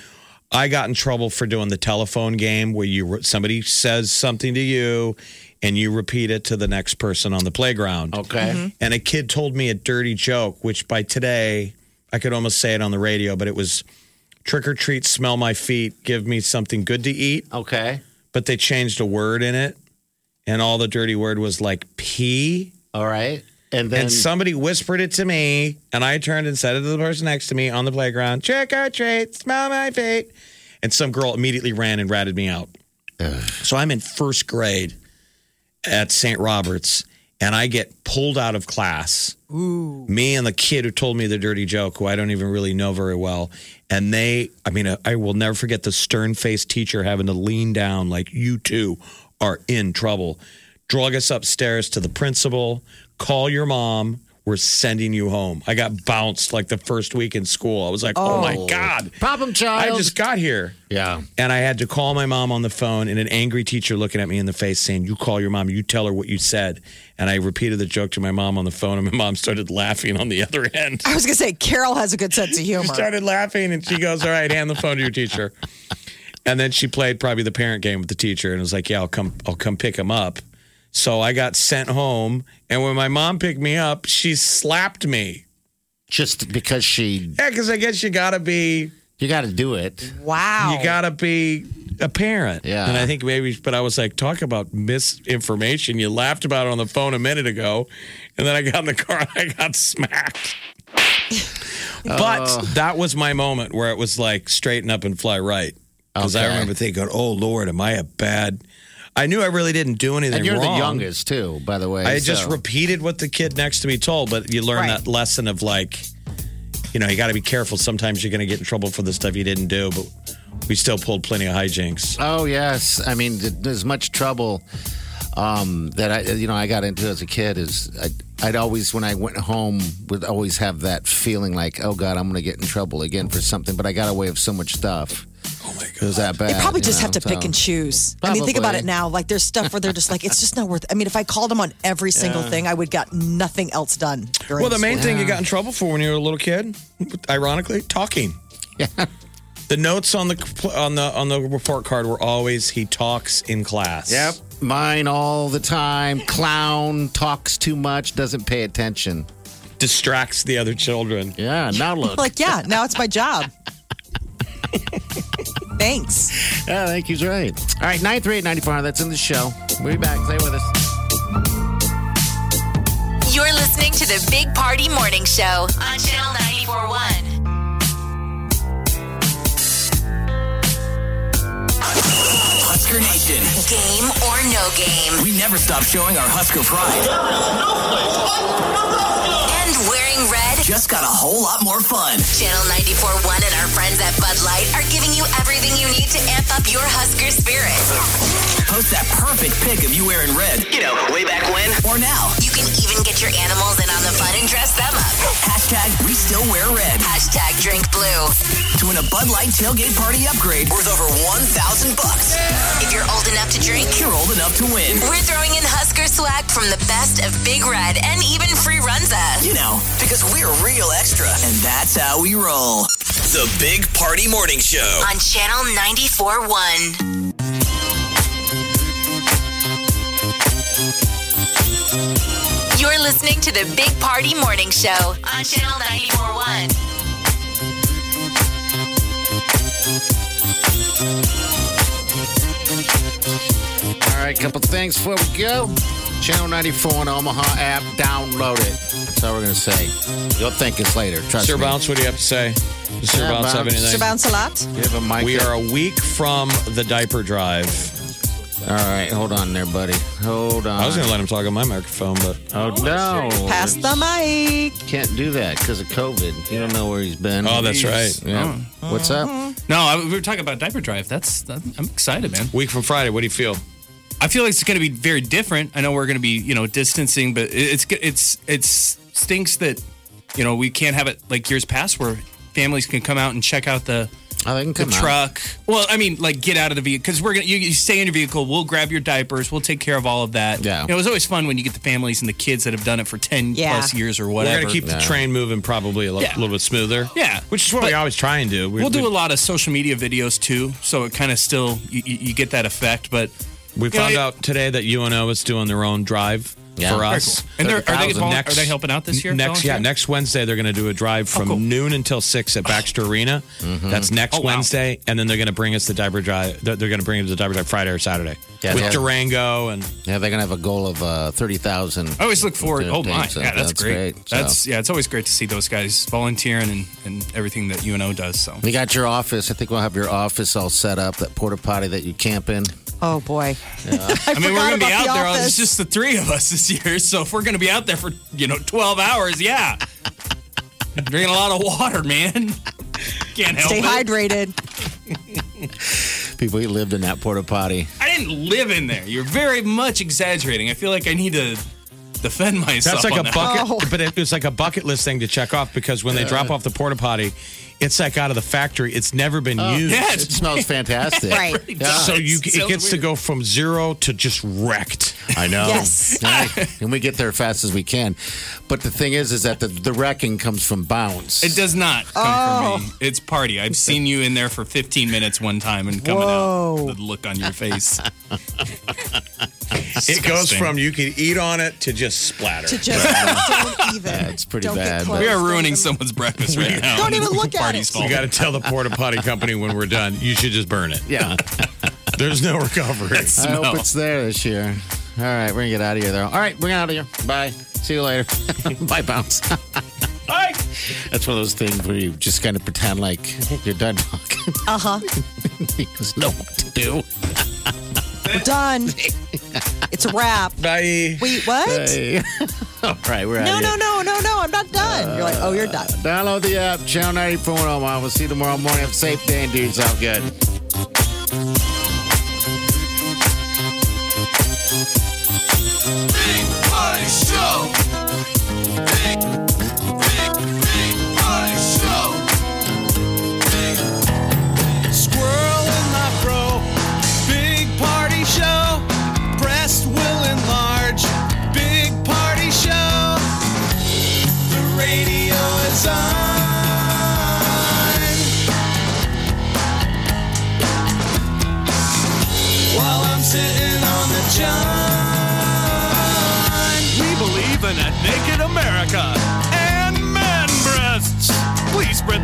I got in trouble for doing the telephone game where you somebody says something to you and you repeat it to the next person on the playground. Okay. And a kid told me a dirty joke, which by today I could almost say it on the radio, but it was trick or treat, smell my feet, give me something good to eat. Okay. But they changed a word in it, and all the dirty word was like pee. All right. And then And somebody whispered it to me, and I turned and said it to the person next to me on the playground trick or treat, smell my feet. And some girl immediately ran and ratted me out. So I'm in first grade, at St. Robert's and I get pulled out of class. Ooh. Me and the kid who told me the dirty joke, who I don't even really know very well. And they, I mean, I- I will never forget the stern faced teacher having to lean down, like, you two are in trouble. Drug us upstairs to the principal, call your mom. We're sending you home. I got bounced like the first week in school. I was like, oh, my Oh. God. Problem I child. just got here. Yeah. And I had to call my mom on the phone and an angry teacher looking at me in the face saying, You call your mom, you tell her what you said. And I repeated the joke to my mom on the phone, and my mom started laughing on the other end. I was going to say, Carol has a good sense of humor. She started laughing, and she goes, All right, hand the phone to your teacher. And then she played probably the parent game with the teacher and was like, Yeah, I'll come, I'll come pick him up. So I got sent home. And when my mom picked me up, she slapped me. Just because she. Yeah, because I guess you got to be. You got to do it. Wow. You gotta be a parent. Yeah. And I think maybe, but I was like, talk about misinformation. You laughed about it on the phone a minute ago, and then I got in the car and I got smacked. Oh. but that was my moment where it was like straighten up and fly right. Because I Okay. remember thinking, oh Lord, am I a bad? I knew I really didn't do anything And you're the wrong. youngest, too, by the way. I just so- repeated what the kid next to me told, but you learn that lesson of like, you know, you got to be careful. Sometimes you're going to get in trouble for the stuff you didn't do, but we still pulled plenty of hijinks. Oh yes, I mean th- there's much trouble um, that I you know I got into as a kid is I, I'd always when I went home would always have that feeling like oh god I'm gonna get in trouble again for something but I got away with so much stuff. Oh my god, it was that bad. They probably you just know, have to so- pick and choose. I mean, think about Probably. it now. Like, there's stuff where they're just like, it's just not worth. I mean, if I called them on every single Yeah. thing, I would got nothing else done. during Well, the main school. thing you got in trouble for when you were a little kid, ironically, talking. The notes on the on the on the report card were always he talks in class. Yep, mine all the time. Clown talks too much, doesn't pay attention. Distracts the other children. Yeah, now look. Like, yeah, now it's my job. Thanks. yeah, I think he's right. All right, nine three eight ninety five. That's in the show. We'll be back. Stay with us. You're listening to the Big Party Morning Show on Channel 941. Husker Nation. Game or no game. We never stop showing our Husker pride. And wearing red. Just got a whole lot more fun. Channel 941 and our friends at Bud Light are giving you everything you need to amp up your Husker spirit. Post that perfect pic of you wearing red. You know, way back when. Or now. You can even get your animals in on the fun and dress them up. Hashtag we still wear red. Hashtag drink blue. To win a Bud Light tailgate party upgrade worth over 1,000 bucks. If you're old enough to drink, You're old enough to win. we're throwing in Husker swag from the best of Big Red and even Free Runza. You know, because we're real extra. And that's how we roll. The Big Party Morning Show. On Channel 94.1. You're listening to the Big Party Morning Show on Channel 94.1. All right, couple things before we go. Channel 94 and Omaha app, download it. That's all we're going to say. You'll thank us later. Trust Sir me. Bounce, what do you have to say? Does Sir Yeah, Bounce have Bounce. anything? Sir Bounce a lot. Give him mic. we are a week from the diaper drive. All right, hold on there, buddy. Hold on. I was going to let him talk on my microphone, but Oh, no. Pass the mic. Can't do that because of COVID. You don't know where he's been. Oh, that's right. Yeah. Oh. What's Uh-huh. up? Oh. No, I, we were talking about diaper drive. That's that, I'm excited, man. Week from Friday, what do you feel? I feel like it's going to be very different. I know we're going to be you know distancing, but it- it's it's it's stinks that you know we can't have it like years past where families can come out and check out the Oh, they can the come out. truck. Well, I mean, like get out of the vehicle because we're gonna you, you stay in your vehicle. We'll grab your diapers. We'll take care of all of that. Yeah. You know, it was always fun when you get the families and the kids that have done it for ten Yeah. plus years or We're whatever. going to keep the train moving probably a lo- Yeah. little bit smoother. Yeah. Which is what we always try and do. We, We'll do we- a lot of social media videos too, so it kind of still you, you you get that effect. But We you know, found it- out today that UNO is doing their own drive Yeah. for Very us. cool. And they're- are they 30,000. vol- are they helping out this year, Next, yeah, volunteering? next Wednesday they're going to do a drive from Oh, cool. noon until six at Baxter Arena. That's next Oh, wow. Wednesday, and then they're going to bring us the diaper drive. They're, they're going to bring us the diaper drive Friday or Saturday Yeah, with yeah. Durango and Yeah, they're going to have a goal of uh, 30,000. I always look forward. Good Oh my, things, uh, yeah, that's, that's great. great, so. That's yeah, it's always great to see those guys volunteering and, and everything that UNO does. So We got your office. I think we'll have your office all set up, that porta potty that you camp in. Oh boy. I, mean, we're forgot gonna be about out The there. all- It's Office. just the three of us this year, so if we're gonna be out there for you know twelve hours, yeah, drinking a lot of water, man. Can't help Stay it. hydrated. People who lived in that porta potty. I didn't live in there. You're very much exaggerating. I feel like I need to defend myself. That's like on a that. Oh. bucket, but it was like a bucket list thing to check off because when they Yeah. drop off the porta potty, it's like out of the factory. It's never been Oh, used. yeah, it It smells fantastic. right. It does. So you, It it sounds gets to go from zero to just wrecked. I know. Yes. Yeah. and we get there as fast as we can. But the thing is, is that the, the wrecking comes from bounce. It does not come Oh. from me. It's party. I've seen you in there for 15 minutes one time and coming Whoa. out. The look on your face. It goes Disgusting. from you can eat on it to just splatter. To just- don't even. It's pretty Don't bad. We are ruining someone's breakfast right now. Don't even look at Party's it. fault. You got to tell the porta potty company when we're done. You should just burn it. Yeah. There's no recovery. I hope it's there this year. All right, we're gonna get out of here though. All right, we're out of here. Bye. See you later. Bye, bounce. Bye. That's one of those things where you just kind of pretend like you're done talking. Uh huh. There's no what to do. We're done. It's a wrap. Bye. Wait, what? Bye. All right, we're out. No, of here. no, no, no, no. I'm not done. You're like, oh, you're done. Download the app, Channel 94 and Omaha. We'll see you tomorrow morning. Have a safe day and do yourself good. Big Party Show. Big, big, big Party Show. Big Squirrel in my fro. Big party show. Breast will enlarge. Big party show. The radio is on. While I'm sitting on the john. We believe in a naked America and man breasts. Please spread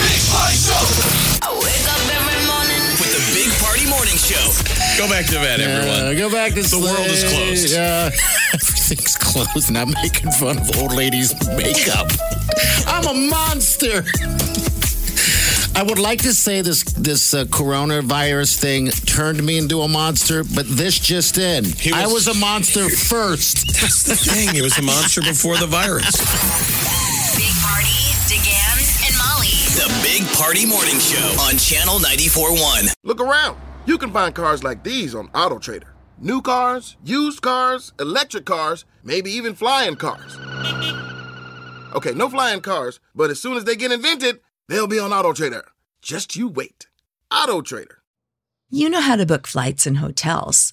Big party show. I wake up every morning. with the Big Party Morning Show. Go back to bed, everyone. Yeah, go back to The world is sleep. closed. Yeah. Everything's closed, and I'm making fun of old ladies' makeup. I'm a monster. I would like to say this this uh, coronavirus thing turned me into a monster, but this just in. I was a monster first. That's the thing. It was a monster before the virus. Big Party, DeGan, and Molly. The Big Party Morning Show on Channel 94.1. Look around. You can find cars like these on AutoTrader. New cars, used cars, electric cars, maybe even flying cars. Okay, no flying cars, but as soon as they get invented, they'll be on AutoTrader. Just you wait. AutoTrader. You know how to book flights and hotels.